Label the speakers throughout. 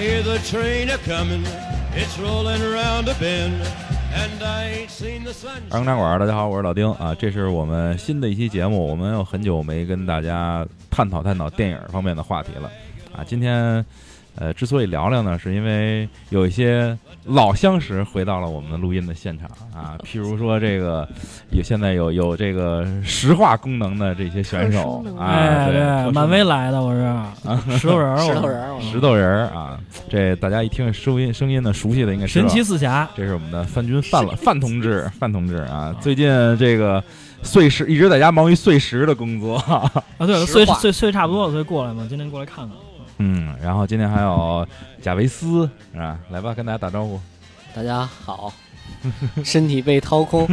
Speaker 1: hear the train a coming, it's rolling around a bend, and I ain't seen the sun.
Speaker 2: 二更茶馆，大家好，我是老丁啊，这是我们新的一期节目，我们有很久没跟大家探讨探讨电影方面的话题了啊。今天，呃，之所以聊聊呢，是因为有一些老相识回到了我们的录音的现场啊， 譬如说这个有现在有有这个石化功能的这些选手
Speaker 3: 特殊能力
Speaker 2: 啊，
Speaker 4: 哎，
Speaker 2: 对，啊
Speaker 4: 对，满威来的，我是石头人儿，我
Speaker 3: 石头人儿，我
Speaker 2: 石头人儿啊，这大家一听收音声音呢，熟悉的应该知道啊
Speaker 4: 神奇四侠，
Speaker 2: 这是我们的范军范了范同志，范同志啊，最近这个碎石一直在家忙于碎石的工作，
Speaker 4: 啊，对了，
Speaker 3: 石
Speaker 4: 岁
Speaker 3: 化
Speaker 4: 岁岁差不多了，所以过来嘛，今天过来看看。
Speaker 2: 嗯，然后今天还有贾维斯是吧？来吧，跟大家打招呼。
Speaker 3: 大家好，身体被掏空，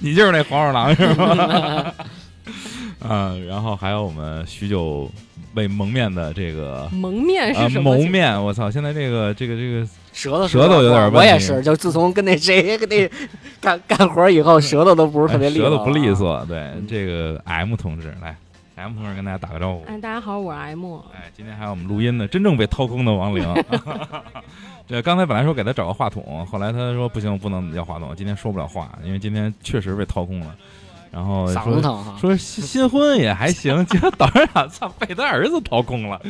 Speaker 2: 你就是那黄鼠狼是 吧？嗯，然后还有我们许久未蒙面的这个
Speaker 5: 蒙面
Speaker 2: 啊
Speaker 5: 是什么？
Speaker 2: 蒙面，我操，现在这个这个这个
Speaker 3: 舌头
Speaker 2: 舌头有点问题
Speaker 3: 我也是，就自从跟那谁跟那干干活以后，舌头都不是特别
Speaker 2: 哎
Speaker 3: 利索，啊嗯
Speaker 2: 舌头不利。索，对这个 M 同志来，M 同志跟大家打个招呼。
Speaker 5: 哎，大家好，我是 M。
Speaker 2: 哎，今天还有我们录音的真正被掏空的王玲。 这刚才本来说给他找个话筒，后来他说不行，我不能要话筒，今天说不了话，因为今天确实被掏空了。然后
Speaker 3: 嗓子
Speaker 2: 说
Speaker 3: 疼啊哈，
Speaker 2: 说新新婚也还行，结果早上俩操被他儿子掏空了。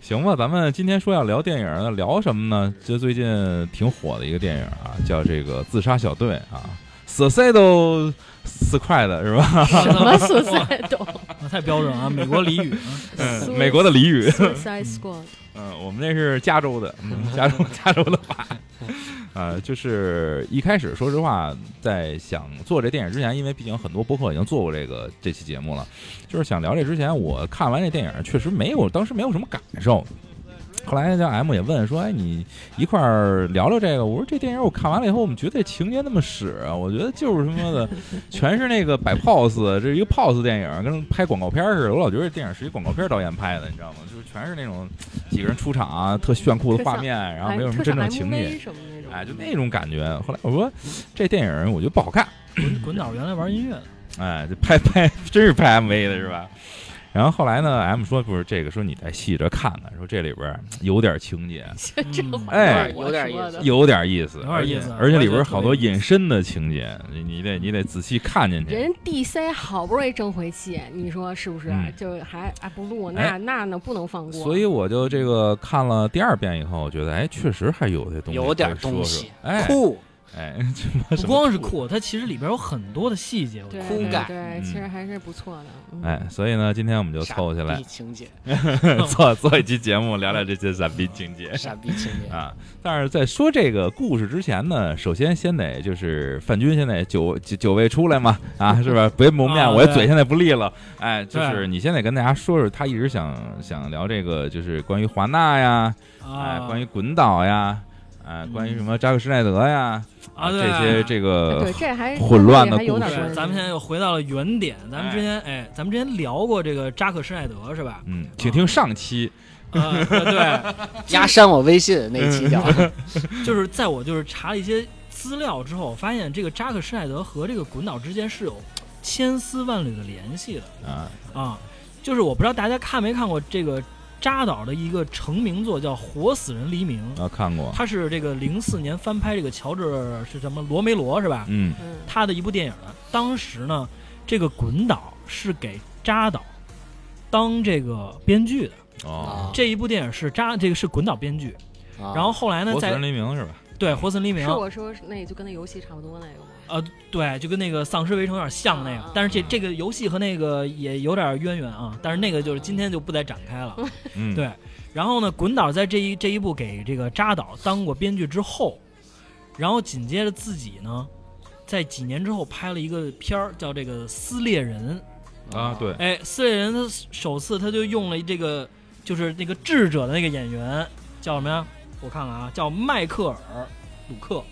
Speaker 2: 行吧，咱们今天说要聊电影呢，聊什么呢？这最近挺火的一个电影啊，叫这个《自杀小队》啊，Suicide Squad 是吧？
Speaker 5: 什么 Suicide
Speaker 4: 啊太标准了，美国俚语，啊
Speaker 2: 嗯，美国的俚语。
Speaker 5: Suicide Squad？
Speaker 2: 嗯，我们这是加州的，嗯、加州 加州的话，呃，就是一开始说实话，在想做这电影之前，因为毕竟很多播客已经做过这个这期节目了，就是想聊这之前，我看完这电影确实没有，当时没有什么感受。后来这 M 也问说：“哎，你一块儿聊聊这个？”我说：“这电影我看完了以后，我们觉得情节那么屎啊，我觉得就是他妈的，全是那个摆 pose，这是一个 pose 电影，跟拍广告片儿似的。我老觉得这电影是一广告片导演拍的，你知道吗？就是全是那种几个人出场啊，特炫酷的画面，然后没有什么真正情
Speaker 5: 哎特
Speaker 2: 节
Speaker 5: 赏 MV，什么那种。
Speaker 2: 哎，就那种感觉。后来我说这电影我觉得不好看，
Speaker 4: 滚滚导原来玩 音乐的，
Speaker 2: 哎，这拍拍真是拍 MV 的是吧？然后后来呢，M 说不是这个，说你再细着看看，说这里边儿有点情节，
Speaker 5: 这这
Speaker 4: 嗯
Speaker 5: 话
Speaker 2: 哎
Speaker 3: 有点意思
Speaker 5: 思。
Speaker 2: 有点意思，
Speaker 4: 有点意思
Speaker 2: 而且而且里边
Speaker 4: 我也觉得
Speaker 2: 儿好多隐身的情节，你你得你得仔细看进去。
Speaker 5: 人 DC 好不容易争回气，你说是不是
Speaker 2: 嗯？
Speaker 5: 就还哎不录
Speaker 2: 哎
Speaker 5: 那那呢不能放过。
Speaker 2: 所以我就这个看了第二遍以后，我觉得哎，确实还有些东西，
Speaker 3: 有点东西，
Speaker 2: 哎
Speaker 3: 酷，
Speaker 2: 哎，
Speaker 4: 不光是酷，它其实里边有很多的细节，我觉
Speaker 5: 对
Speaker 4: 得
Speaker 3: 哭
Speaker 5: 对
Speaker 3: 感
Speaker 5: 对，
Speaker 2: 嗯
Speaker 5: 其实还是不错的。嗯
Speaker 2: 哎，，所以呢，今天我们就凑起
Speaker 3: 傻
Speaker 2: 来
Speaker 3: 逼 情节，
Speaker 2: 做做一期节目，聊聊这些傻逼情节
Speaker 3: 傻逼情节，
Speaker 2: 啊。但是在说这个故事之前呢，首先先得就是范军现在久久久未出来嘛，啊，是吧？别蒙面，
Speaker 4: 啊
Speaker 2: 我
Speaker 4: 对
Speaker 2: 嘴现在不利了。哎，就
Speaker 4: 对
Speaker 2: 是你先得跟大家说说，他一直想想聊这个，就是关于华纳呀，哎，
Speaker 4: 啊，
Speaker 2: 关于滚岛呀，哎，关于什么扎克施耐德呀，
Speaker 4: 啊对
Speaker 2: 这些这个
Speaker 5: 哎对，这还
Speaker 2: 呃混乱的
Speaker 5: 还有
Speaker 2: 故
Speaker 5: 点
Speaker 2: 事
Speaker 5: 关
Speaker 4: 是
Speaker 5: 系
Speaker 4: 咱们现在又回到了原点，咱们之前哎，咱们之前聊过这个扎克施耐德 是吧？
Speaker 2: 嗯，请听上期，
Speaker 4: 啊，对，
Speaker 3: 压删我微信那
Speaker 2: 嗯
Speaker 3: 期 叫，啊
Speaker 4: 对就是在我就是查了一些资料之后，发现这个扎克施耐德和这个滚导之间是有千丝万缕的联系的。
Speaker 2: 啊，
Speaker 4: 啊，就是我不知道大家看没看过这个扎导的一个成名作叫《活死人黎明》，
Speaker 2: 啊，看过，
Speaker 4: 他是这个零四年翻拍这个乔治是什么罗梅罗是吧？
Speaker 2: 嗯
Speaker 5: 嗯
Speaker 4: 他的一部电影呢，当时呢，这个滚导是给扎导当这个编剧的，
Speaker 2: 哦，
Speaker 4: 这一部电影是扎这个是滚导编剧，然
Speaker 3: 然
Speaker 4: 后后来呢，
Speaker 2: 啊活死
Speaker 4: 在
Speaker 2: 人黎明是吧？
Speaker 4: 对《活死人黎明
Speaker 5: 是》我说是那就跟那游戏差不多那个吗？
Speaker 4: 呃，对，就跟那个《丧尸围城》有点像那个
Speaker 5: 啊，
Speaker 4: 但
Speaker 2: 嗯
Speaker 4: 是这这个游戏和那个也有点渊源啊，但是那个就是今天就不再展开了。
Speaker 2: 嗯，
Speaker 4: 对然后呢，滚导在这一这一部给这个扎导当过编剧之后，然后紧接着自己呢，在几年之后拍了一个片儿叫这个《撕裂人
Speaker 2: 啊，对》。，
Speaker 4: 哎，《撕裂人》他首次他就用了这个就是那个智者的那个演员叫什么呀？我看看啊，叫迈克尔·鲁克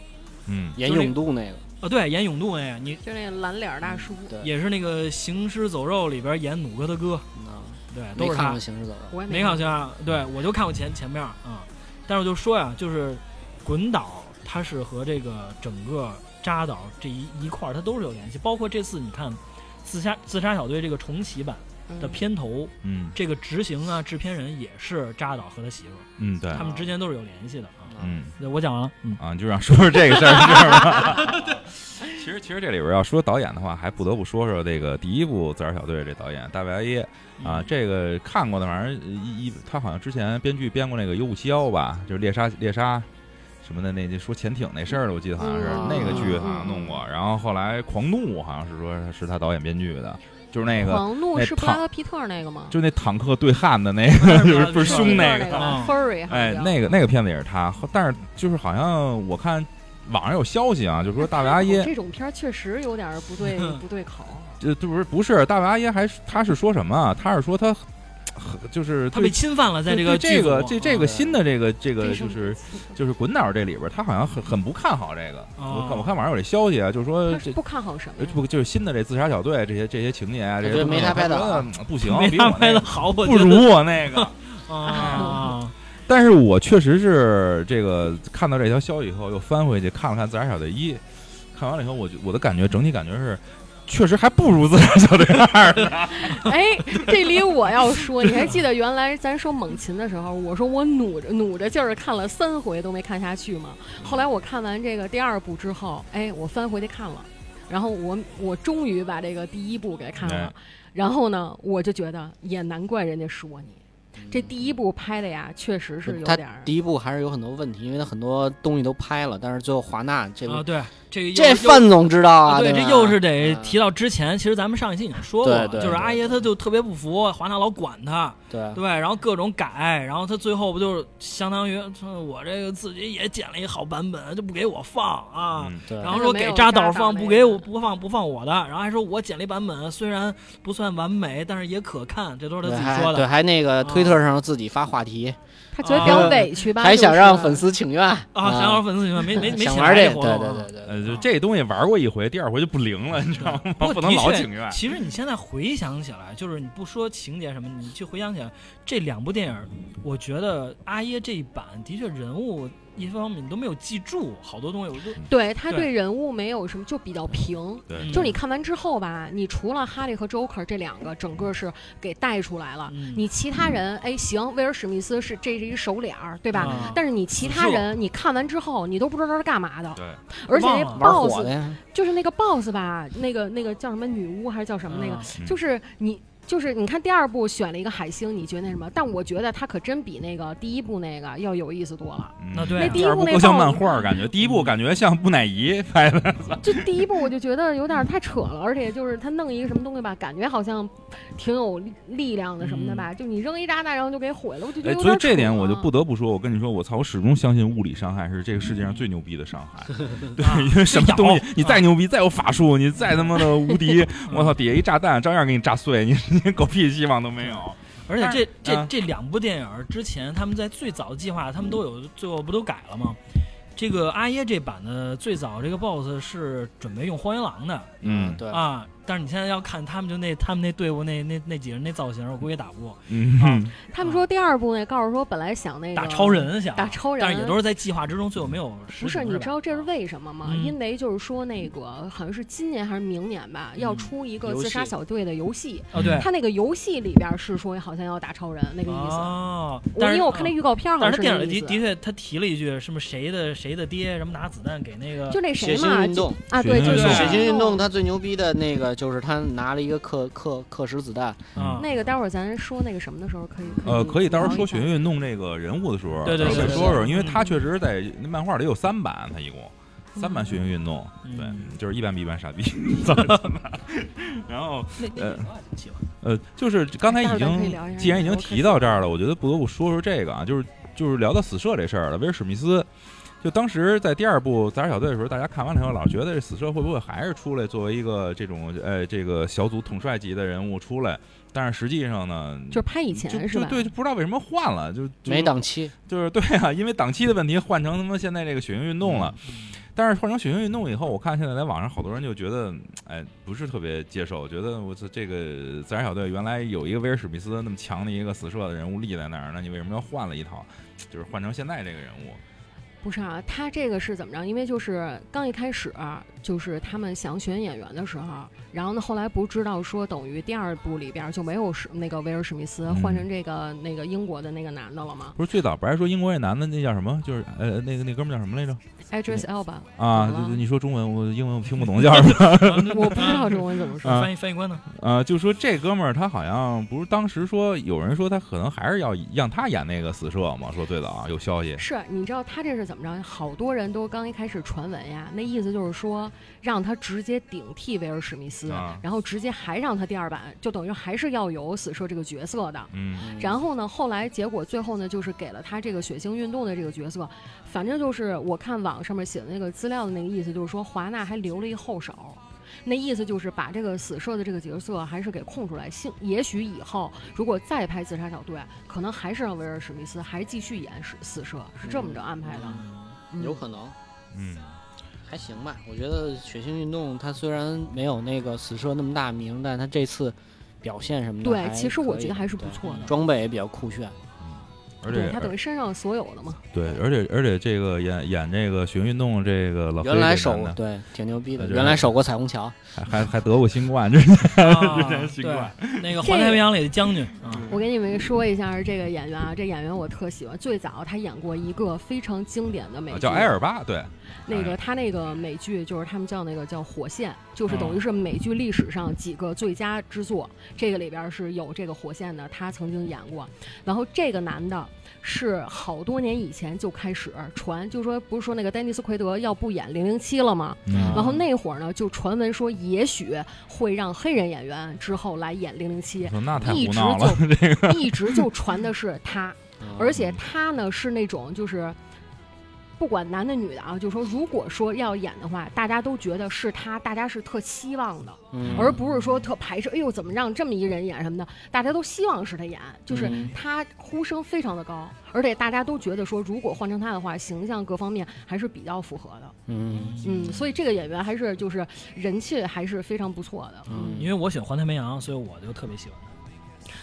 Speaker 2: 嗯，
Speaker 3: 严永度那个，
Speaker 4: 啊，对，演勇度那个，你
Speaker 5: 就那蓝脸儿大叔，
Speaker 3: 嗯对，
Speaker 4: 也是那个《行尸走肉》里边演弩哥的哥，
Speaker 3: 嗯
Speaker 4: 对，
Speaker 3: 没
Speaker 4: 都是
Speaker 3: 看
Speaker 4: 他
Speaker 3: 过《行尸走肉
Speaker 5: 我也
Speaker 4: 没
Speaker 5: 看
Speaker 4: 看清啊，对我就看过前前面啊、但是我就说呀，就是滚导它是和这个整个扎导这一一块儿它都是有联系，包括这次你看自杀自杀小队这个重启版，
Speaker 5: 嗯
Speaker 4: 的片头，
Speaker 2: 嗯
Speaker 4: 这个执行啊，制片人也是扎导和他媳妇儿，
Speaker 2: 嗯，对，
Speaker 4: 他们之间都是有联系的啊。
Speaker 2: 嗯。
Speaker 4: 那我讲完了， 嗯，
Speaker 2: 啊，你就想说说这个事儿是吧？其实，其实这里边儿要说导演的话，还不得不说说这个第一部《自杀小队》这导演大卫艾耶啊，这个看过的，反正一一他好像之前编剧编过那个《U 五七幺》吧，就是猎杀猎杀什么的那那说潜艇那事儿的，我记得好像是、
Speaker 5: 嗯
Speaker 2: 那个剧好
Speaker 5: 嗯
Speaker 2: 像
Speaker 5: 嗯
Speaker 2: 弄过，然后后来《狂怒》好像是说是他导演编剧的，就是那个
Speaker 5: 狂怒
Speaker 2: 那
Speaker 5: 是布拉
Speaker 2: 胖
Speaker 5: 德皮特那个吗？
Speaker 2: 就那坦克对汉的那 个，就是不是
Speaker 5: 布
Speaker 2: 凶那
Speaker 5: 拉德
Speaker 2: 个
Speaker 5: 皮特那
Speaker 4: 啊
Speaker 5: 吧，Furry 好
Speaker 2: 哎，
Speaker 5: 像
Speaker 2: 那个那个片子也是他，后但是就是好像我看网上有消息啊，就说大卫阿耶，
Speaker 5: 这种片儿确实有点儿不对不对口。
Speaker 2: 这这不是不是大卫阿耶还是他是说什么啊？他是说他很就是
Speaker 4: 他
Speaker 2: 对
Speaker 4: 被侵犯了，在
Speaker 2: 对
Speaker 4: 个
Speaker 2: 对这
Speaker 4: 剧组啊
Speaker 2: 个这这个新的这个这个
Speaker 5: 这
Speaker 2: 就是是就是滚导这里边，他好像很很不看好这个。
Speaker 4: 哦
Speaker 2: 我看我看网上有这消息啊，就是说
Speaker 5: 他
Speaker 2: 这
Speaker 5: 是。不看好什么
Speaker 2: 呃
Speaker 5: 呀？
Speaker 2: 不就是新的这自杀小队这些这些情节啊，这些
Speaker 3: 觉得
Speaker 2: 东西
Speaker 3: 没他拍得
Speaker 2: 觉
Speaker 3: 好
Speaker 2: 嗯不行，
Speaker 4: 没
Speaker 2: 比
Speaker 4: 他
Speaker 2: 我那
Speaker 4: 拍的
Speaker 2: 个
Speaker 4: 好，我
Speaker 2: 不
Speaker 4: 觉
Speaker 2: 如我那个。
Speaker 4: 得啊，
Speaker 2: 但是我确实是这个看到这条消息以后，又翻回去看了看《自杀小队一》，看完了以后，我就我的感觉整体感觉是，确实还不如《自杀小队二》呢。
Speaker 5: 哎，这里我要说，你还记得原来咱说猛禽的时候，我说我努着努着劲儿看了三回都没看下去嘛。
Speaker 2: 嗯
Speaker 5: 后来我看完这个第二部之后，哎，我翻回去看了，然后我我终于把这个第一部给看了
Speaker 2: 哎，
Speaker 5: 然后呢，我就觉得也难怪人家说你。
Speaker 2: 嗯
Speaker 5: 这第一部拍的呀，确实是有
Speaker 3: 他
Speaker 5: 点儿
Speaker 3: 第一部还是有很多问题，因为他很多东西都拍了，但是最后华纳这
Speaker 4: 啊，对，这个又
Speaker 3: 这
Speaker 4: 又
Speaker 3: 范总知道啊，
Speaker 4: 对，
Speaker 3: 吧
Speaker 4: 这又是得
Speaker 3: 嗯
Speaker 4: 提到之前，其实咱们上一期已经说过了，
Speaker 3: 对对
Speaker 4: 就是
Speaker 3: 对嗯
Speaker 4: 阿爷他就特别不服，华纳老管他，
Speaker 3: 对
Speaker 4: 对，然后各种改，然后他最后不就是相当于说我这个自己也剪了一好版本，就不给我放啊。
Speaker 2: 嗯
Speaker 3: 对，
Speaker 4: 然后说给扎导放，不给我不放不放我的，然后还说我剪了一版本，虽然不算完美，但是也可看，这都是他
Speaker 3: 对
Speaker 4: 自己
Speaker 3: 还
Speaker 4: 说
Speaker 3: 对，
Speaker 4: 的
Speaker 3: 还那个
Speaker 4: 啊
Speaker 3: 推特上自己发话题，
Speaker 5: 他觉得比较
Speaker 3: 啊
Speaker 5: 委屈吧，
Speaker 3: 还想让
Speaker 5: 就是
Speaker 3: 粉丝请愿
Speaker 4: 啊。想让粉丝喜欢，没没没
Speaker 3: 想
Speaker 4: 钱
Speaker 3: 玩这
Speaker 4: 这
Speaker 3: 个，
Speaker 4: 活
Speaker 3: 对
Speaker 4: 动
Speaker 3: 对
Speaker 4: 啊
Speaker 3: 对对对，
Speaker 2: 呃，就这东西玩过一回，第二回就不灵了，你知道吗？
Speaker 4: 过
Speaker 2: 不能老
Speaker 4: 的确
Speaker 2: 请愿。
Speaker 4: 其实你现在回想起来，就是你不说情节什么，你去回想起来这两部电影，我觉得阿耶这一版的确人物一方面你都没有记住好多东西，我就
Speaker 5: 对他
Speaker 4: 对嗯
Speaker 5: 对人物没有什么，就比较平。
Speaker 2: 对
Speaker 5: 就是你看完之后吧，你除了哈利和 Joker 这两个整个是给带出来了，
Speaker 4: 嗯
Speaker 5: 啊你其他人哎行，威尔史密斯是这是一手脸儿，对吧？
Speaker 4: 啊
Speaker 5: 但是你其他人，你看完之后，你都不知道他是干嘛的。
Speaker 2: 对
Speaker 5: 而且
Speaker 4: 忘
Speaker 5: 那
Speaker 4: 了
Speaker 3: 玩火
Speaker 5: boss
Speaker 3: 的呀，
Speaker 5: 就是那个 boss 吧，那个那个叫什么女巫还是叫什么那
Speaker 4: 啊
Speaker 5: 个，
Speaker 2: 嗯
Speaker 5: 就是你就是你看第二部选了一个海星，你觉得那什么？但我觉得他可真比那个第一部那个要有意思多了。
Speaker 2: 嗯
Speaker 4: 那对啊那
Speaker 5: 第一
Speaker 2: 第二
Speaker 5: 部
Speaker 2: 部
Speaker 5: 那
Speaker 2: 更像
Speaker 5: 报
Speaker 2: 漫画儿感觉，第一部感觉像木乃伊 拍的。
Speaker 5: 就第一部我就觉得有点太扯了，而且就是他弄一个什么东西吧，感觉好像挺有力力量的什么的吧，就你扔一炸弹然后就给毁了，我就觉得
Speaker 2: 哎，
Speaker 5: 有
Speaker 2: 所以
Speaker 5: 点扯啊
Speaker 2: 这点我就不得不说，我跟你说，我操，我始终相信物理伤害是这个世界上最牛逼的伤害。
Speaker 4: 啊
Speaker 2: 对， 因为什么
Speaker 4: 咬
Speaker 2: 东西，你
Speaker 4: 啊
Speaker 2: 再牛逼，再有法术，你再他妈的无敌， 我操，底下一炸弹照样给你炸碎，你你狗屁希望都没有。
Speaker 4: 而且这这
Speaker 2: 啊
Speaker 4: 这两部电影之前，他们在最早的计划，他们都有最后不都改了吗？这个阿耶这版的最早这个 BOSS 是准备用荒原狼的
Speaker 2: 嗯
Speaker 3: 对，
Speaker 4: 啊，但是你现在要看他们就那他们那队伍那那那几人那造型，我估计打不过，
Speaker 2: 嗯，
Speaker 5: 他们说第二部那告诉说本来想那个
Speaker 4: 打超，人想
Speaker 5: 哎打超人，
Speaker 4: 但是也都是在计划之中，最后没有实
Speaker 5: 不是
Speaker 4: 行
Speaker 5: 你
Speaker 4: 吧
Speaker 5: 知道这是为什么吗？
Speaker 4: 嗯
Speaker 5: 因为就是说那个好像是今年还是明年吧，要出一个
Speaker 3: 游戏
Speaker 5: 自杀小队的游戏，
Speaker 4: 哦对
Speaker 5: 他那个游戏里边是说好像要打超人那个意思。
Speaker 4: 哦，
Speaker 5: 我
Speaker 4: 但
Speaker 5: 因
Speaker 4: 是
Speaker 5: 为我看那
Speaker 4: 嗯
Speaker 5: 预告片，好
Speaker 4: 但是他
Speaker 5: 像是
Speaker 4: 电影
Speaker 5: 那个
Speaker 4: 里的
Speaker 5: 意
Speaker 4: 的
Speaker 5: 思，
Speaker 4: 确他提了一句什么谁的谁的爹什么拿子弹给那个
Speaker 5: 就那谁
Speaker 3: 血
Speaker 5: 嘛
Speaker 3: 腥运动，
Speaker 5: 啊，对，就是
Speaker 4: 对
Speaker 3: 血
Speaker 4: 对
Speaker 3: 腥运动，它最牛逼的那个就是他拿了一个克克克什子弹，
Speaker 4: 啊
Speaker 5: 那个待会儿咱说那个什么的时候可以，
Speaker 2: 呃，可以到时候说血
Speaker 5: 聊一下
Speaker 2: 运动这个人物的时候，
Speaker 4: 对对
Speaker 5: 对
Speaker 2: 可以
Speaker 5: 对
Speaker 2: 说说，
Speaker 4: 对
Speaker 2: 因为他确实在那漫画里有三版，他一共三版血运运动，对
Speaker 4: 嗯，
Speaker 2: 就是一版比一版傻逼，三版。 然后
Speaker 4: 那那
Speaker 2: 呃
Speaker 4: 女的我挺喜欢
Speaker 2: 呃，就是刚才
Speaker 5: 待会
Speaker 2: 已
Speaker 5: 儿咱可以
Speaker 2: 经
Speaker 5: 聊一下
Speaker 2: 既然已
Speaker 5: 这个
Speaker 2: 经
Speaker 5: 我看
Speaker 2: 提到这儿了，我觉得不得不说说这个啊，就是就是聊到死射这事儿了。威尔史密斯，就当时在第二部《杂耍小队》的时候，大家看完了以后，老觉得这死射会不会还是出来作为一个这种呃这个小组统帅级的人物出来？但是实际上呢，
Speaker 5: 就是拍以
Speaker 2: 就
Speaker 5: 前是
Speaker 2: 就
Speaker 5: 吧？
Speaker 2: 对，就不知道为什么换了，就就
Speaker 3: 没档期，
Speaker 2: 就是对啊，因为档期的问题换成他妈现在这个血腥运动了。但是换成血腥运动以后，我看现在在网上好多人就觉得，哎，不是特别接受，觉得我操这个自然小队原来有一个威尔史密斯那么强的一个死射的人物立在那儿，那你为什么要换了一套，就是换成现在这个人物？
Speaker 5: 不是啊，他这个是怎么着？因为就是刚一开始、啊就是他们想选演员的时候，然后呢，后来不是知道说，等于第二部里边儿就没有史那个威尔史密斯
Speaker 2: 嗯
Speaker 5: 换成这个、那个英国的那个男的了吗
Speaker 2: 不是最早不是还说英国那男的那叫什么？就是呃那个那哥们儿叫什么来着？
Speaker 5: ？Idris Elba，
Speaker 2: 啊，
Speaker 5: 怎么
Speaker 2: 对
Speaker 5: 了
Speaker 2: 对你说中文，我英文我听不懂叫什 么
Speaker 5: 我不知道中文怎么说。
Speaker 2: 啊
Speaker 4: 嗯翻译翻译官 呢？
Speaker 2: 啊？就说这哥们儿他好像不是当时说有人说他可能还是要让他演那个死射嘛？说最早啊有消息，
Speaker 5: 是你知道他这是怎么着？好多人都刚一开始传闻呀，那意思就是说让他直接顶替威尔史密斯，
Speaker 2: 啊
Speaker 5: 然后直接还让他第二版，就等于还是要有死射这个角色的。
Speaker 2: 嗯
Speaker 5: 然后呢，后来结果最后呢，就是给了他这个血腥运动的这个角色。反正就是我看网上面写的那个资料的那个意思，就是说华纳还留了一后手。那意思就是把这个死射的这个角色还是给空出来，幸也许以后如果再拍自杀小队，可能还是让威尔史密斯还继续演死死射，是这么着安排的。嗯
Speaker 3: 有可能
Speaker 2: 嗯，
Speaker 3: 还行吧。我觉得血腥运动它虽然没有那个死射那么大名，但它这次表现什么的
Speaker 5: 对
Speaker 3: 还，
Speaker 5: 其实我
Speaker 3: 可以
Speaker 5: 觉得还是不
Speaker 3: 对
Speaker 5: 错的。
Speaker 3: 装备也比较酷炫。
Speaker 2: 哦而
Speaker 5: 对
Speaker 2: 且
Speaker 5: 他等于身上所有的嘛，
Speaker 2: 对，而且而且这个演演这个学运动这个老黑
Speaker 3: 原
Speaker 2: 这
Speaker 3: 来
Speaker 2: 男
Speaker 3: 守
Speaker 2: 的啊
Speaker 3: 对挺牛逼的，
Speaker 2: 对
Speaker 3: 原来守过彩虹桥，
Speaker 2: 还还还得过新冠，这是
Speaker 4: 啊
Speaker 2: 习惯
Speaker 4: 对，那个环太平洋里的将军啊，
Speaker 5: 我给你们说一下这个演员啊，这演员我特喜欢。最早他演过一个非常经典的美剧，
Speaker 2: 啊叫埃尔巴，对，
Speaker 5: 那
Speaker 2: 哎
Speaker 5: 个他那个美剧就是他们叫那个叫《火线》，就是等
Speaker 2: 嗯
Speaker 5: 于是美剧历史上几个最佳之作，这个里边是有这个《火线》的，他曾经演过。然后这个男的是好多年以前就开始传，就说不是说那个丹尼斯奎德要不演《零零七》了吗？
Speaker 2: 嗯
Speaker 5: 然后那会儿呢，就传闻说也许会让黑人演员之后来演《零零七
Speaker 2: 我说那太》，
Speaker 5: 一
Speaker 2: 胡
Speaker 5: 直
Speaker 2: 闹了，
Speaker 5: 就一直就传的是他。而且他呢是那种就是。不管男的女的啊，就说如果说要演的话，大家都觉得是他，大家是特希望的，
Speaker 3: 嗯
Speaker 5: 而不是说特排斥。哎呦，怎么让这么一人演什么的？大家都希望是他演，就是
Speaker 3: 嗯
Speaker 5: 他呼声非常的高，而且大家都觉得说，如果换成他的话，形象各方面还是比较符合的。
Speaker 3: 嗯
Speaker 5: 嗯，所以这个演员还是就是人气还是非常不错的。
Speaker 3: 嗯，
Speaker 4: 因为我喜欢环太平洋，所以我就特别喜欢他。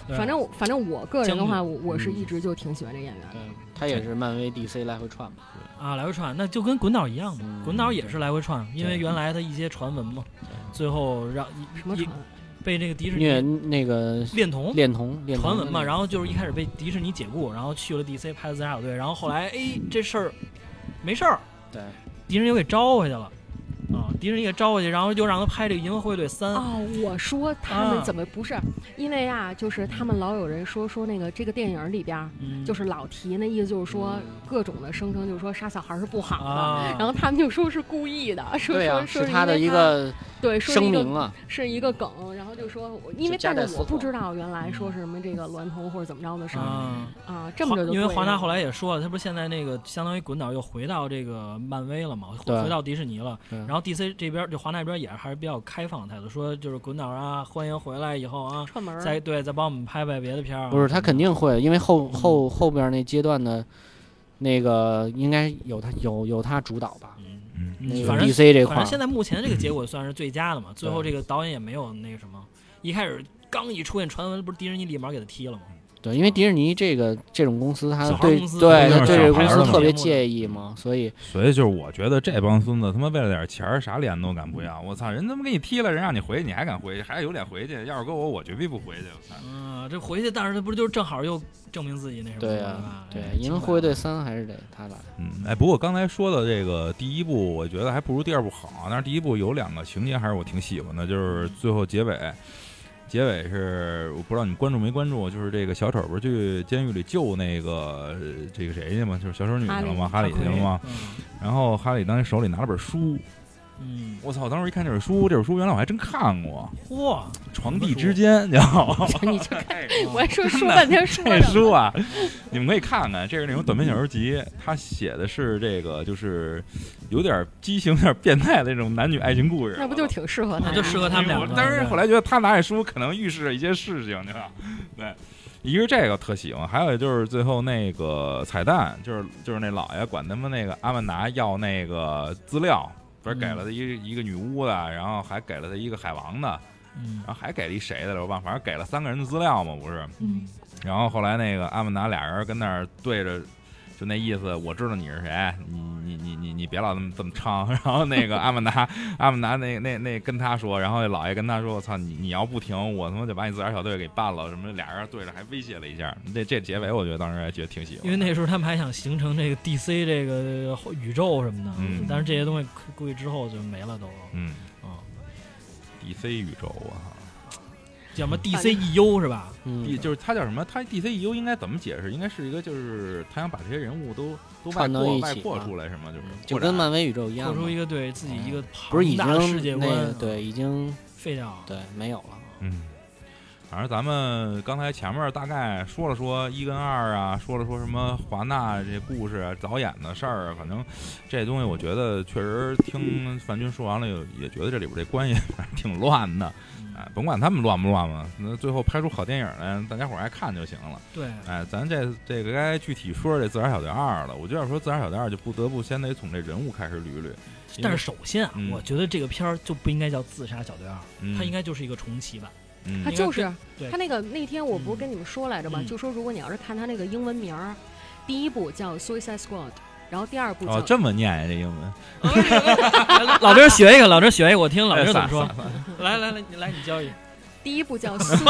Speaker 4: 对
Speaker 5: 反正我反正我个人的话，我我是
Speaker 3: 嗯
Speaker 5: 一直就挺喜欢这演员的
Speaker 3: 对。他也是漫威 DC 来回串嘛，
Speaker 4: 啊，来回串，那就跟滚导一样嘛
Speaker 3: 嗯，
Speaker 4: 滚导也是来回串，因为
Speaker 3: 对
Speaker 4: 原来的一些传闻嘛，最后让
Speaker 5: 什么
Speaker 4: 一
Speaker 5: 传闻？
Speaker 4: 被这个迪士
Speaker 3: 虐
Speaker 4: 尼
Speaker 3: 那个
Speaker 4: 恋童
Speaker 3: 恋童恋童
Speaker 4: 传闻
Speaker 3: 的
Speaker 4: 嘛，
Speaker 3: 那
Speaker 4: 然后就是一开始被迪士尼解雇，然后去了 DC 拍了自杀小队，然后后来哎这事儿没事儿，
Speaker 3: 个对
Speaker 4: 迪士尼又给招回去了啊，迪士尼给招回去，然后又让他拍这个《银河护卫队三》
Speaker 5: 哦，我说他们
Speaker 4: 啊
Speaker 5: 怎么不是？因为啊，就是他们老有人说说那个这个电影里边儿，
Speaker 4: 嗯，
Speaker 5: 就是老提那意思，就是说
Speaker 3: 嗯
Speaker 5: 各种的声称，就是说杀小孩是不好的。
Speaker 4: 啊，
Speaker 5: 然后他们就说是故意的，说
Speaker 3: 对
Speaker 5: 说、
Speaker 3: 啊，
Speaker 5: 说
Speaker 3: 是他的
Speaker 5: 一
Speaker 3: 一个
Speaker 5: 对，说是嗯
Speaker 3: 声
Speaker 5: 一
Speaker 3: 明
Speaker 5: 个
Speaker 3: 啊，
Speaker 5: 是一个梗，然后就说我，因为
Speaker 3: 就夹
Speaker 5: 但
Speaker 3: 带
Speaker 5: 是
Speaker 3: 私
Speaker 5: 我不
Speaker 3: 货
Speaker 5: 知道原来说是什么这个娈童或者怎么着的事儿啊
Speaker 4: 啊。
Speaker 5: 这么着就
Speaker 4: 因为华纳后
Speaker 5: 来
Speaker 4: 来也说了，他不是现在那个相当于滚导又回到这个漫威了嘛，
Speaker 3: 对
Speaker 4: 回回到迪士尼了。
Speaker 3: 对
Speaker 4: 然后 DC 这边就华纳这边也还是比较开放的态度，说就是滚导啊，欢迎回来以后啊，
Speaker 5: 串门儿
Speaker 4: 再对再帮我们拍拍别的片儿啊。
Speaker 3: 不是他肯定会，因为后后后边那阶段的，那个应该有他有有他主导吧，
Speaker 2: 嗯
Speaker 3: 那
Speaker 4: 嗯，
Speaker 3: 个
Speaker 4: 反正
Speaker 3: DC 这块
Speaker 4: 反正
Speaker 3: 儿
Speaker 4: 现在目前这个结果算是最佳的嘛。最后这个导演也没有那个什么，一开始刚一出现传闻，不是迪士尼立马给他踢了吗？
Speaker 3: 对，因为迪士尼这个这种公司，他
Speaker 4: 小孩
Speaker 3: 对
Speaker 4: 公司
Speaker 3: 对
Speaker 2: 就是
Speaker 3: 他对这
Speaker 2: 小
Speaker 3: 个
Speaker 2: 孩
Speaker 3: 公
Speaker 2: 儿
Speaker 3: 司
Speaker 2: 嘛嗯
Speaker 3: 特别介意嘛，所以
Speaker 2: 所以就是我觉得这帮孙子他妈为了点钱儿啥脸都敢不要，我操，人他妈给你踢了，人让你回去，你还敢回去，还有脸回去？要是搁我，我绝对不回去。我操！
Speaker 4: 嗯，这回去，但是他不是就正好又证明自己那什么
Speaker 3: 对
Speaker 4: 了
Speaker 3: 啊
Speaker 4: 吧，
Speaker 3: 对
Speaker 4: 哎，
Speaker 3: 银河护卫队三还是得他来，
Speaker 2: 嗯，哎，不过刚才说的这个第一部，我觉得还不如第二部好，啊但是第一部有两个情节还是我挺喜欢的，就是最后结尾，结尾是我不知道你关注没关注，就是这个小丑不是去监狱里救那个呃这个谁去嘛，就是小丑女去了吗？哈
Speaker 4: 哈
Speaker 2: 利去了吗？？然后哈利当时手里拿了本书，
Speaker 4: 嗯，
Speaker 2: 我操！当时一看这本书，这本书原来我还真看过，
Speaker 4: 嚯，
Speaker 2: 《床地之间》，你知道吗？
Speaker 5: 你就看，我还说说半 天说
Speaker 2: 这
Speaker 5: 什
Speaker 2: 书
Speaker 5: 么？
Speaker 2: 啊，你们可以看看，这是那种短篇小说集，它写的是这个，就是有点畸形、有点变态的那种男女爱情故事。
Speaker 5: 那不就挺适合
Speaker 4: 那
Speaker 5: 他的
Speaker 4: 就适合他们两
Speaker 2: 我
Speaker 4: 个。
Speaker 2: 哎但是
Speaker 4: 对
Speaker 2: 后来觉得他拿这书可能预示着一些事情，对吧？ 对，一个是这个特喜欢，还有就是最后那个彩蛋，就是就是那老爷管他们那个阿曼达要那个资料，不是给了他一、一个女巫的，然后还给了他一个海王的，
Speaker 4: 嗯
Speaker 2: 然后还给了一谁的来着？我忘了，反正给了三个人的资料嘛，不是？
Speaker 4: 嗯
Speaker 2: 然后后来那个阿曼达俩人跟那儿对着，就那意思，我知道你是谁，你你你别老这么这么唱。 然后那个阿曼达， 阿曼达那那那跟他说，然后老爷跟他说，我操你你要不停，我他妈就把你自个儿小队给办了。什么俩人对着还威胁了一下，那这结尾我觉得当时还觉得挺喜欢的。
Speaker 4: 因为那时候他们还想形成这个 DC 这个宇宙什么的，
Speaker 2: 嗯
Speaker 4: 但是这些东西估计之后就没了都，
Speaker 2: 嗯
Speaker 4: 嗯，
Speaker 2: ，DC 宇宙啊我操。
Speaker 4: 叫什么 DCEU 是吧？
Speaker 2: D
Speaker 3: 嗯，
Speaker 2: 就是他叫什么？他 DCEU 应该怎么解释？应该是一个就是他想把这些人物都都外
Speaker 3: 串到
Speaker 2: 扩
Speaker 3: 一
Speaker 2: 外
Speaker 3: 起
Speaker 2: 扩
Speaker 3: 嘛嗯
Speaker 2: 出来是吗？就是
Speaker 3: 就
Speaker 2: 扩展
Speaker 3: 跟漫威宇宙一
Speaker 4: 做
Speaker 3: 样
Speaker 4: 出一
Speaker 3: 嘛，
Speaker 4: 个对
Speaker 2: 哎
Speaker 4: 自己一个
Speaker 3: 不是
Speaker 4: 庞
Speaker 3: 已
Speaker 4: 大的世界
Speaker 3: 经
Speaker 4: 观
Speaker 3: 那
Speaker 4: 啊，
Speaker 3: 对已经
Speaker 4: 废掉了。
Speaker 3: 对没有了。
Speaker 2: 嗯，反正咱们刚才前面大概说了说一跟二啊，说了说什么华纳这故事啊导演的事儿，反正这东西我觉得确实听范军说完了，也也觉得这里边这关系 反正挺乱的。哎，甭管他们乱不乱吧，那最后拍出好电影来，大家伙儿爱看就行了。
Speaker 4: 对，
Speaker 2: 哎，咱这这个该具体说这《自杀小队二》了。我就要说《自杀小队二》，就不得不先得从这人物开始捋捋。因为
Speaker 4: 但是首先啊，
Speaker 2: 嗯
Speaker 4: 我觉得这个片儿就不应该叫《自杀小队二》，
Speaker 2: 嗯
Speaker 4: 它应该就是一个重启版。
Speaker 2: 嗯
Speaker 5: 他
Speaker 4: 应该
Speaker 5: 就是
Speaker 4: 对
Speaker 5: 他那个那天我不是
Speaker 4: 嗯
Speaker 5: 跟你们说来着吗？
Speaker 4: 嗯
Speaker 5: 就说如果你要是看他那个英文名儿，第一部叫《Suicide Squad》，然后第二部叫、
Speaker 2: 哦，这么念呀，这英文。
Speaker 4: 哎老师学一个，老师学一个，我听老
Speaker 2: 哎
Speaker 4: 师怎么
Speaker 2: 算
Speaker 4: 说
Speaker 2: 算。算
Speaker 4: 来来来，你来你教一个。
Speaker 5: 第一 部叫 Su，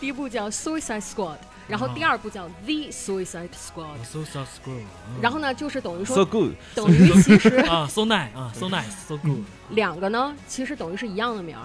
Speaker 5: 第一部叫 Suicide Squad，然后第二部叫 The Suicide Squad，、
Speaker 4: So so screw。嗯
Speaker 5: 然后呢，就是等于说
Speaker 2: ，so good。
Speaker 5: 等于其实
Speaker 4: 啊，so nice 啊，so nice，so good。
Speaker 5: 两个呢，其实等于是一样的名儿，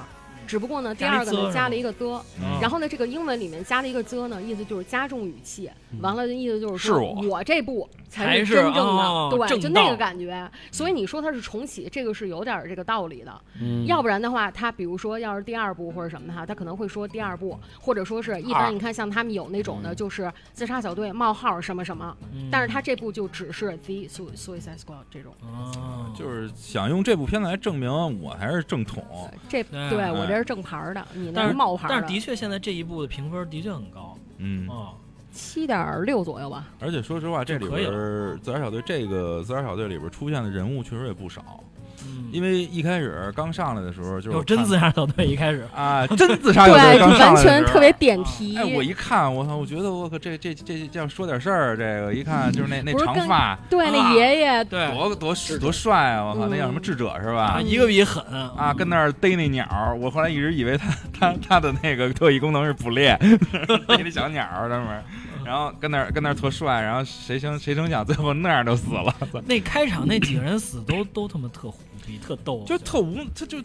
Speaker 5: 只不过呢，第二个呢
Speaker 4: 加
Speaker 5: 加
Speaker 4: 了
Speaker 5: 了
Speaker 4: 一
Speaker 5: 一个的，
Speaker 2: 嗯
Speaker 5: 然后呢，这个英文里面加了一个的呢，意思就是加重语气，完了意思就是
Speaker 2: 是
Speaker 5: 说
Speaker 2: 我
Speaker 5: 我这部
Speaker 4: 才
Speaker 5: 才
Speaker 4: 是
Speaker 5: 是真正
Speaker 4: 哦
Speaker 5: 的，对，
Speaker 4: 正
Speaker 5: 就那
Speaker 4: 道
Speaker 5: 个感觉。所以你说它是重启，这个是有点儿这个道理的。
Speaker 3: 嗯，
Speaker 5: 要不然的话，他比如说要是第二部或者什么的哈，他可能会说第二部，或者说是一
Speaker 2: 二
Speaker 5: 般你看像他们有那种的，
Speaker 3: 嗯
Speaker 5: 就是自杀小队冒号什么什么，
Speaker 4: 嗯
Speaker 5: 但是他这部就只是 The Su- Suicide Squad 这种，
Speaker 4: 哦，
Speaker 2: 嗯就是想用这部片子来证明我才是正统。
Speaker 5: 这
Speaker 4: 对
Speaker 5: 对
Speaker 2: 哎
Speaker 5: 我这是正牌儿的，你
Speaker 4: 但
Speaker 5: 那
Speaker 4: 是
Speaker 5: 是冒牌
Speaker 4: 但
Speaker 5: 儿
Speaker 4: 是的
Speaker 5: 的，
Speaker 4: 确现在这一部的评分的确很高
Speaker 2: 嗯，
Speaker 4: 啊。
Speaker 5: 七点六左右吧。
Speaker 2: 而且说实话，这里边
Speaker 4: 就可以
Speaker 2: 儿自杀小队这个自杀小队里边出现的人物确实也不少。
Speaker 4: 嗯，
Speaker 2: 因为一开始刚上来的时候，就是
Speaker 4: 有
Speaker 2: 我
Speaker 4: 真
Speaker 2: 看
Speaker 4: 自杀小队一开始，
Speaker 2: 啊，真自杀小队
Speaker 5: 对，就
Speaker 2: 刚上来
Speaker 5: 完
Speaker 2: 的时候
Speaker 5: 全特别点题。
Speaker 2: 哎，我一看，我操，我觉得我靠，这这这这要说点事儿，这个一看就是那那
Speaker 5: 不是
Speaker 2: 长
Speaker 5: 更
Speaker 2: 发，
Speaker 5: 对，
Speaker 4: 啊
Speaker 5: 那爷爷，
Speaker 4: 对
Speaker 2: 多多多帅啊！我靠，那叫什么
Speaker 5: 嗯
Speaker 2: 智者是吧？
Speaker 4: 一个比一狠
Speaker 2: 啊，跟那儿逮那鸟儿，我后来一直以为他他他的那个特异功能是捕猎， 逮那小鸟儿，专门，然后跟那儿跟那儿特帅，然后谁成谁成想最后那样都死了，
Speaker 4: 那开场那几个人死都都他妈特虎逼，特逗，
Speaker 2: 就特无，他就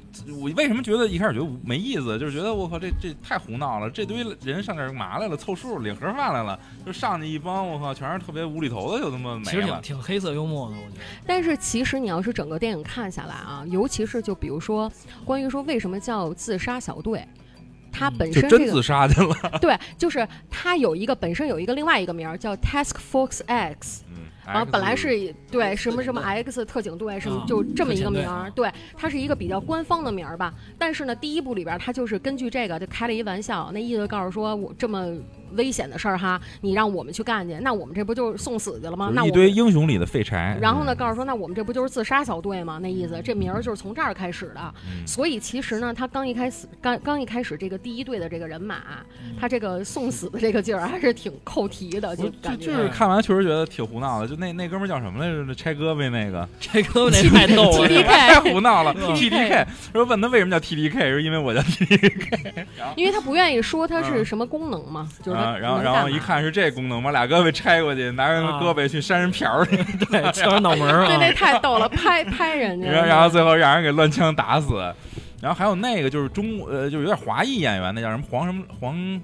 Speaker 2: 我为什么觉得一开始觉得没意思，就是觉得我靠这这太胡闹了，这堆人上这儿干嘛来了？凑数领盒饭来了，就上去一帮我靠，全是特别无厘头的，就他妈
Speaker 4: 其
Speaker 2: 没
Speaker 4: 实
Speaker 2: 了
Speaker 4: 挺。挺黑色幽默的，我觉得。
Speaker 5: 但是其实你要是整个电影看下来啊，尤其是就比如说关于说为什么叫自杀小队，它
Speaker 4: 嗯
Speaker 5: 本
Speaker 2: 就
Speaker 5: 身这
Speaker 2: 真
Speaker 5: 个
Speaker 2: 自杀 去了，
Speaker 5: 对，就是它有一个本身有一个另外一个名儿叫 Task Force X，
Speaker 2: 嗯，
Speaker 5: 然后啊本来
Speaker 2: X
Speaker 5: 是以对什么什么 X 特警队什么
Speaker 4: 啊，
Speaker 5: 就这么一个名
Speaker 4: 特
Speaker 5: 儿
Speaker 4: 遣，
Speaker 5: 对，它是一个比较官方的名儿吧。但是呢，第一部里边儿它就是根据这个就开了一玩笑，那意思就告诉说我这么危险的事儿哈，你让我们去干去，那我们这不就是送死去了吗？
Speaker 2: 就是
Speaker 5: 那
Speaker 2: 一
Speaker 5: 我
Speaker 2: 堆
Speaker 5: 们。
Speaker 2: 英雄里的废柴。嗯
Speaker 5: 然后呢，告诉说，那我们这不就是自杀小队吗？那意思，这名儿就是从这儿开始的。
Speaker 2: 嗯，
Speaker 5: 所以其实呢，他刚一开始，刚刚一开始这个第一队的这个人马，
Speaker 2: 嗯
Speaker 4: 嗯
Speaker 5: 他这个送死的这个劲儿还是挺扣题的，就
Speaker 2: 我就
Speaker 5: 感
Speaker 2: 就
Speaker 5: 觉。
Speaker 2: 是看完确实觉得挺胡闹的，就那那哥们儿叫什么来着？那拆胳膊那个
Speaker 4: 这哥们那太逗 了，
Speaker 5: TDK
Speaker 2: 太胡闹了。
Speaker 4: 嗯
Speaker 2: T D K 说问他为什么叫 T D K，说因为我叫嗯 T D K。
Speaker 5: 因为他不愿意说他是什么功能嘛，就是他
Speaker 2: 啊，嗯然后
Speaker 5: 能
Speaker 2: 然后
Speaker 5: 干
Speaker 2: 一
Speaker 5: 嘛，
Speaker 2: 看是这功能，把俩胳膊拆过去，拿人的
Speaker 4: 啊
Speaker 2: 胳膊去扇人瓢儿去，
Speaker 4: 对，敲人脑门儿
Speaker 5: 对，那
Speaker 4: 啊，
Speaker 5: 太逗了，拍拍人家，
Speaker 2: 嗯 然后然后最后让人给乱枪打死。然后还有那个就是中呃，就是有点华裔演员，那叫什么黄什么黄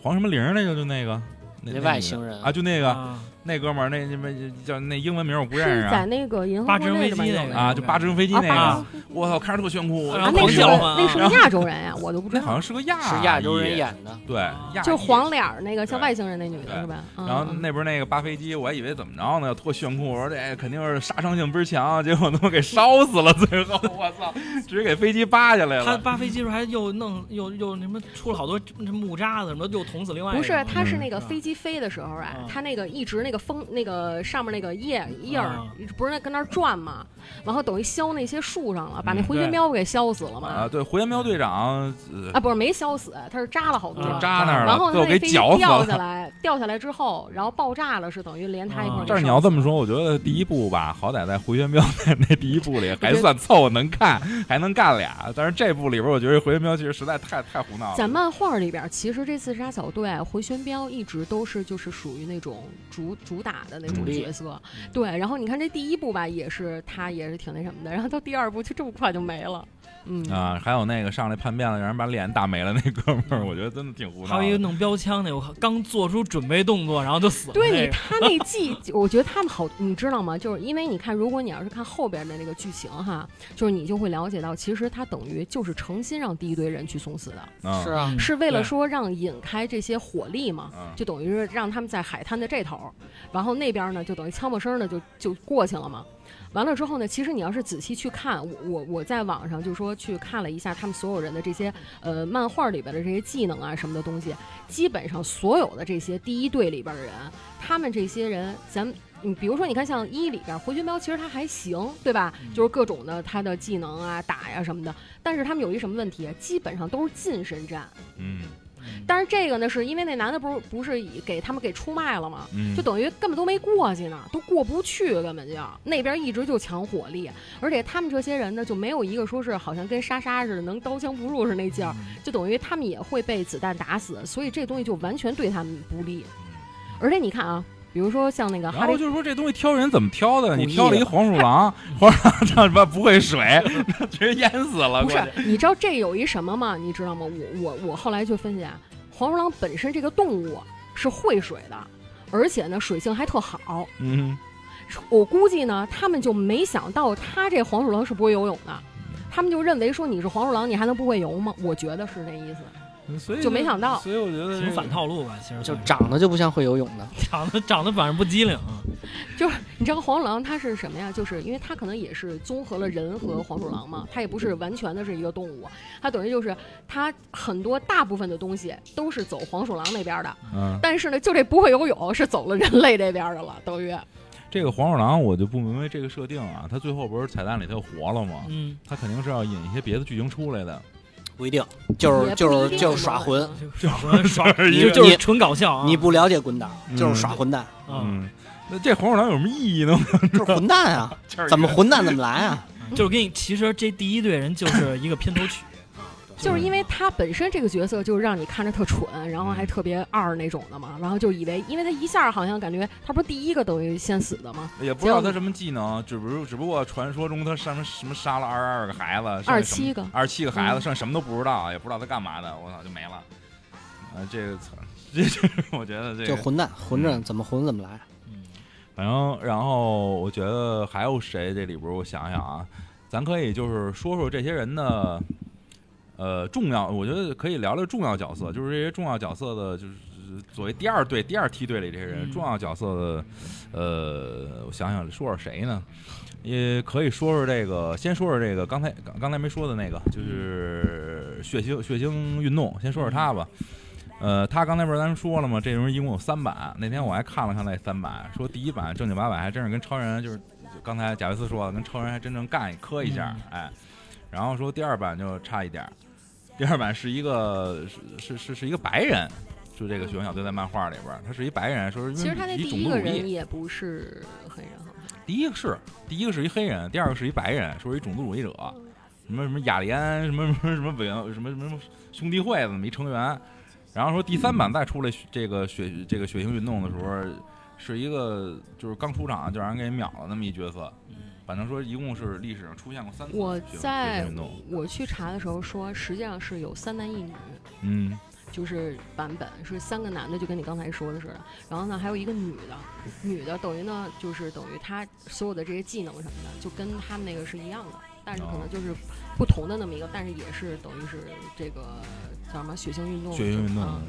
Speaker 2: 黄什么玲儿那个就那个那
Speaker 3: 那
Speaker 2: 那
Speaker 3: 外
Speaker 2: 女
Speaker 3: 星
Speaker 2: 的
Speaker 3: 人
Speaker 2: 啊，就那个、
Speaker 4: 啊
Speaker 2: 那哥们儿那那那叫那英文名我不认
Speaker 5: 是
Speaker 2: 识
Speaker 5: 在
Speaker 2: 啊
Speaker 5: 那个银
Speaker 4: 八直
Speaker 5: 河护
Speaker 4: 升
Speaker 5: 卫
Speaker 4: 飞
Speaker 5: 里
Speaker 4: 机
Speaker 5: 边有
Speaker 4: 那
Speaker 5: 一
Speaker 4: 个
Speaker 5: 个
Speaker 2: 啊，就八直升飞机那
Speaker 5: 啊
Speaker 2: 个
Speaker 5: 八，
Speaker 2: 我操，看着特炫酷，
Speaker 4: 然
Speaker 5: 啊
Speaker 4: 后
Speaker 5: 那
Speaker 4: 狂
Speaker 5: 是
Speaker 4: 叫
Speaker 5: 个
Speaker 4: 唤啊
Speaker 5: 那是个亚洲人呀，我都不知
Speaker 2: 哎那好
Speaker 5: 道，
Speaker 2: 像是个亚
Speaker 3: 是亚洲人，演的，
Speaker 2: 对，亚
Speaker 5: 就是
Speaker 2: 裔
Speaker 5: 黄脸儿那个像
Speaker 2: 啊对
Speaker 5: 外星人那女的
Speaker 2: 对
Speaker 5: 是吧？嗯
Speaker 2: 然后
Speaker 5: 嗯
Speaker 2: 那边那个扒飞机，我还以为怎么着呢，特炫酷，我说这、哎肯定是杀伤性倍儿强，结果他妈给烧死了，最后我操，直给飞机扒下来
Speaker 4: 他
Speaker 2: 了。
Speaker 4: 扒飞机时候还又弄又又什么出了好多木渣子什么的，又捅死另外一个
Speaker 5: 不是，他是
Speaker 2: 嗯
Speaker 5: 那个
Speaker 4: 是吧
Speaker 5: 飞机飞的时候啊
Speaker 4: 啊，
Speaker 5: 他那个一直那个风那个上面那个叶叶儿
Speaker 4: 啊
Speaker 2: 嗯
Speaker 5: 不是那跟那儿转嘛，然后等于削那些树上了，把那
Speaker 2: 嗯
Speaker 5: 回旋
Speaker 4: 对
Speaker 5: 镖给削死了嘛
Speaker 2: 啊啊，。对，胡延彪队长么呃
Speaker 5: 啊，不是没消死，它是扎了好多
Speaker 2: 就
Speaker 4: 啊，
Speaker 2: 嗯
Speaker 3: 嗯
Speaker 2: 扎那儿
Speaker 5: 然
Speaker 2: 了，
Speaker 5: 后
Speaker 2: 最后
Speaker 5: 那
Speaker 2: 给
Speaker 5: 飞机
Speaker 2: 绞死
Speaker 5: 掉下
Speaker 2: 了。
Speaker 5: 来，掉下来之后，然后爆炸了，是等于连他一块儿
Speaker 4: 啊
Speaker 5: 给
Speaker 2: 但是你
Speaker 5: 烧
Speaker 2: 要这么
Speaker 5: 死了
Speaker 2: 说，我觉得第一部吧，好歹在回旋镖那那第一部里还算凑合能看，还能干俩。但是这部里边，我觉得回旋镖其实实在太太胡闹了。
Speaker 5: 在漫画里边，其实这刺杀小队啊回旋镖一直都是就是属于那种主主打的那
Speaker 2: 主
Speaker 5: 种
Speaker 3: 力
Speaker 5: 角色，对。然后你看这第一部吧，也是他也是挺那什么的，然后到第二部就这么快就没了，嗯
Speaker 2: 啊，还有那个上来叛变了，让人把脸打没了那哥们儿，我觉得真的挺胡闹的。
Speaker 4: 还有一个弄标枪的，我靠，刚做出准备动作，然后就死了。
Speaker 5: 对
Speaker 4: 那
Speaker 5: 你，
Speaker 4: 个
Speaker 5: 他那季，我觉得他们好，你知道吗？就是因为你看，如果你要是看后边的那个剧情哈，就是你就会了解到，其实他等于就是诚心让第一堆人去送死的，
Speaker 2: 嗯
Speaker 3: 是啊，
Speaker 5: 是为了
Speaker 4: 对
Speaker 5: 说让引开这些火力嘛，
Speaker 2: 嗯
Speaker 5: 就等于是让他们在海滩的这头儿，然后那边儿呢就等于悄没声儿的就就过去了嘛。完了之后呢，其实你要是仔细去看，我我我在网上就说去看了一下他们所有人的这些呃漫画里边的这些技能啊什么的东西，基本上所有的这些第一队里边的人，他们这些人，咱们你比如说，你看像一里边回旋镖，其实他还行，对吧？就是各种的他的技能啊、打呀什么的，但是他们有一什么问题啊？基本上都是近身战。
Speaker 2: 嗯
Speaker 5: 但是这个呢，是因为那男的不是不是以给他们给出卖了吗？
Speaker 2: 嗯，
Speaker 5: 就等于根本都没过去呢，都过不去，根本就那边一直就抢火力，而且他们这些人呢，就没有一个说是好像跟莎莎似的能刀枪不入是那劲儿，
Speaker 4: 嗯
Speaker 5: 就等于他们也会被子弹打死，所以这东西就完全对他们不利。而且你看啊，比如说像那个哈
Speaker 2: 然
Speaker 5: 利
Speaker 2: 后就是说这东西挑人怎么挑的？
Speaker 3: 故
Speaker 2: 你
Speaker 3: 意
Speaker 2: 挑了一
Speaker 3: 的
Speaker 2: 黄鼠狼，黄鼠狼他妈不会 水，直接淹死了。
Speaker 5: 不是
Speaker 2: 关键，
Speaker 5: 你知道这有一什么吗？你知道吗？我我我后来就分析，啊，黄鼠狼本身这个动物是会水的，而且呢水性还特好。
Speaker 2: 嗯，
Speaker 5: 我估计呢，他们就没想到他这黄鼠狼是不会游泳的，他们就认为说你是黄鼠狼，你还能不会游吗？我觉得是这意思。
Speaker 2: 嗯所以
Speaker 5: 就没想到
Speaker 2: 所以我觉得这
Speaker 4: 挺
Speaker 2: 个
Speaker 4: 反套路吧，其实
Speaker 3: 就长得就不像会游泳的，
Speaker 4: 长得长得反正不机灵啊。
Speaker 5: 你知道黄鼠狼它是什么呀？就是因为它可能也是综合了人和黄鼠狼嘛，它也不是完全的是一个动物，它等于就是它很多大部分的东西都是走黄鼠狼那边的，
Speaker 2: 嗯，
Speaker 5: 但是呢，就这不会游泳是走了人类这边的了，等于
Speaker 2: 这个黄鼠狼我就不明白这个设定啊，他最后不是彩蛋里他又活了吗？
Speaker 4: 嗯，
Speaker 2: 他肯定是要引一些别的剧情出来的。
Speaker 3: 不一定，就是
Speaker 5: 也
Speaker 3: 就
Speaker 5: 不一
Speaker 3: 是
Speaker 5: 定
Speaker 3: 就是耍混。
Speaker 5: 嘛。
Speaker 4: 耍混耍，
Speaker 3: 你
Speaker 4: 就就
Speaker 3: 你
Speaker 4: 是纯搞笑啊！
Speaker 3: 你不了解滚蛋，就是
Speaker 2: 嗯
Speaker 3: 耍混蛋，
Speaker 4: 啊，，
Speaker 5: 嗯
Speaker 2: 那这黄鼠狼有什么意义呢？
Speaker 3: 就是混蛋 啊！怎么混蛋怎么来啊？
Speaker 4: 就是给你，其实这第一队人就是一个片头曲，
Speaker 5: 就是
Speaker 2: 嗯
Speaker 5: 因为他本身这个角色就是让你看着特蠢，然后还特别二那种的嘛，然后就以为，因为他一下好像感觉他不是第一个等于先死的吗？
Speaker 2: 也不知道他什么技能，只不过只不过传说中他什么什么杀了二十二个孩子，剩下什么
Speaker 5: 27个
Speaker 2: 二十七个孩子，
Speaker 5: 嗯
Speaker 2: 剩下什么都不知道，也不知道他干嘛的，我操就没了。啊、这个操， 这这我觉得这个，
Speaker 3: 就混蛋，混着怎么混怎么来。
Speaker 4: 嗯，
Speaker 2: 反正然后我觉得还有谁这里边儿我想想啊，咱可以就是说说这些人的。呃，重要，我觉得可以聊聊重要角色，就是这些重要角色的，就是所谓第二队、第二梯队里这些人，
Speaker 4: 嗯
Speaker 2: 重要角色的，呃，我想想，说说谁呢？也可以说说这个，先说说这个刚才刚刚才没说的那个，就是血腥血腥运动，先说说他吧。呃，他刚才不是咱们说了吗？这人一共有三版，那天我还看了看那三版，说第一版正经八百还真是跟超人就是，就刚才贾维斯说的，跟超人还真正干一磕一下，
Speaker 5: 嗯
Speaker 2: 哎，然后说第二版就差一点儿，第二版是一个是是是是一个白人，就这个熊小队在漫画里边儿，他是一白人，说是因为
Speaker 5: 其实他那
Speaker 2: 嗯以
Speaker 5: 第
Speaker 2: 种
Speaker 5: 一
Speaker 2: 族
Speaker 5: 个
Speaker 2: 主义。
Speaker 5: 人也不是很人好看，
Speaker 2: 第一个是第一个是一黑人，第二个是一白人，说是一种族主义者，
Speaker 5: 嗯
Speaker 2: 什么什么雅利安什么什么什么委员什么什么兄弟会怎么一成员，然后说第三版再出来这个血这个血腥运动的时候，是一个就是刚出场就让人给秒了那么一角色，
Speaker 4: 嗯
Speaker 2: 反正说一共是历史上出现过三次
Speaker 5: 我
Speaker 2: 血血腥
Speaker 5: 在
Speaker 2: 运动，
Speaker 5: 我去查的时候说，实际上是有三男一女，
Speaker 2: 嗯
Speaker 5: 就是版本是三个男的，就跟你刚才说的似的。然后呢，还有一个女的，女的等于呢，就是等于她所有的这些技能什么的，就跟他们那个是一样的，但
Speaker 2: 哦
Speaker 5: 是可能就是不同的那么一个，但是也是等于是这个叫什么血腥
Speaker 4: 哦
Speaker 5: 运动。
Speaker 2: 血腥运动
Speaker 5: 啊。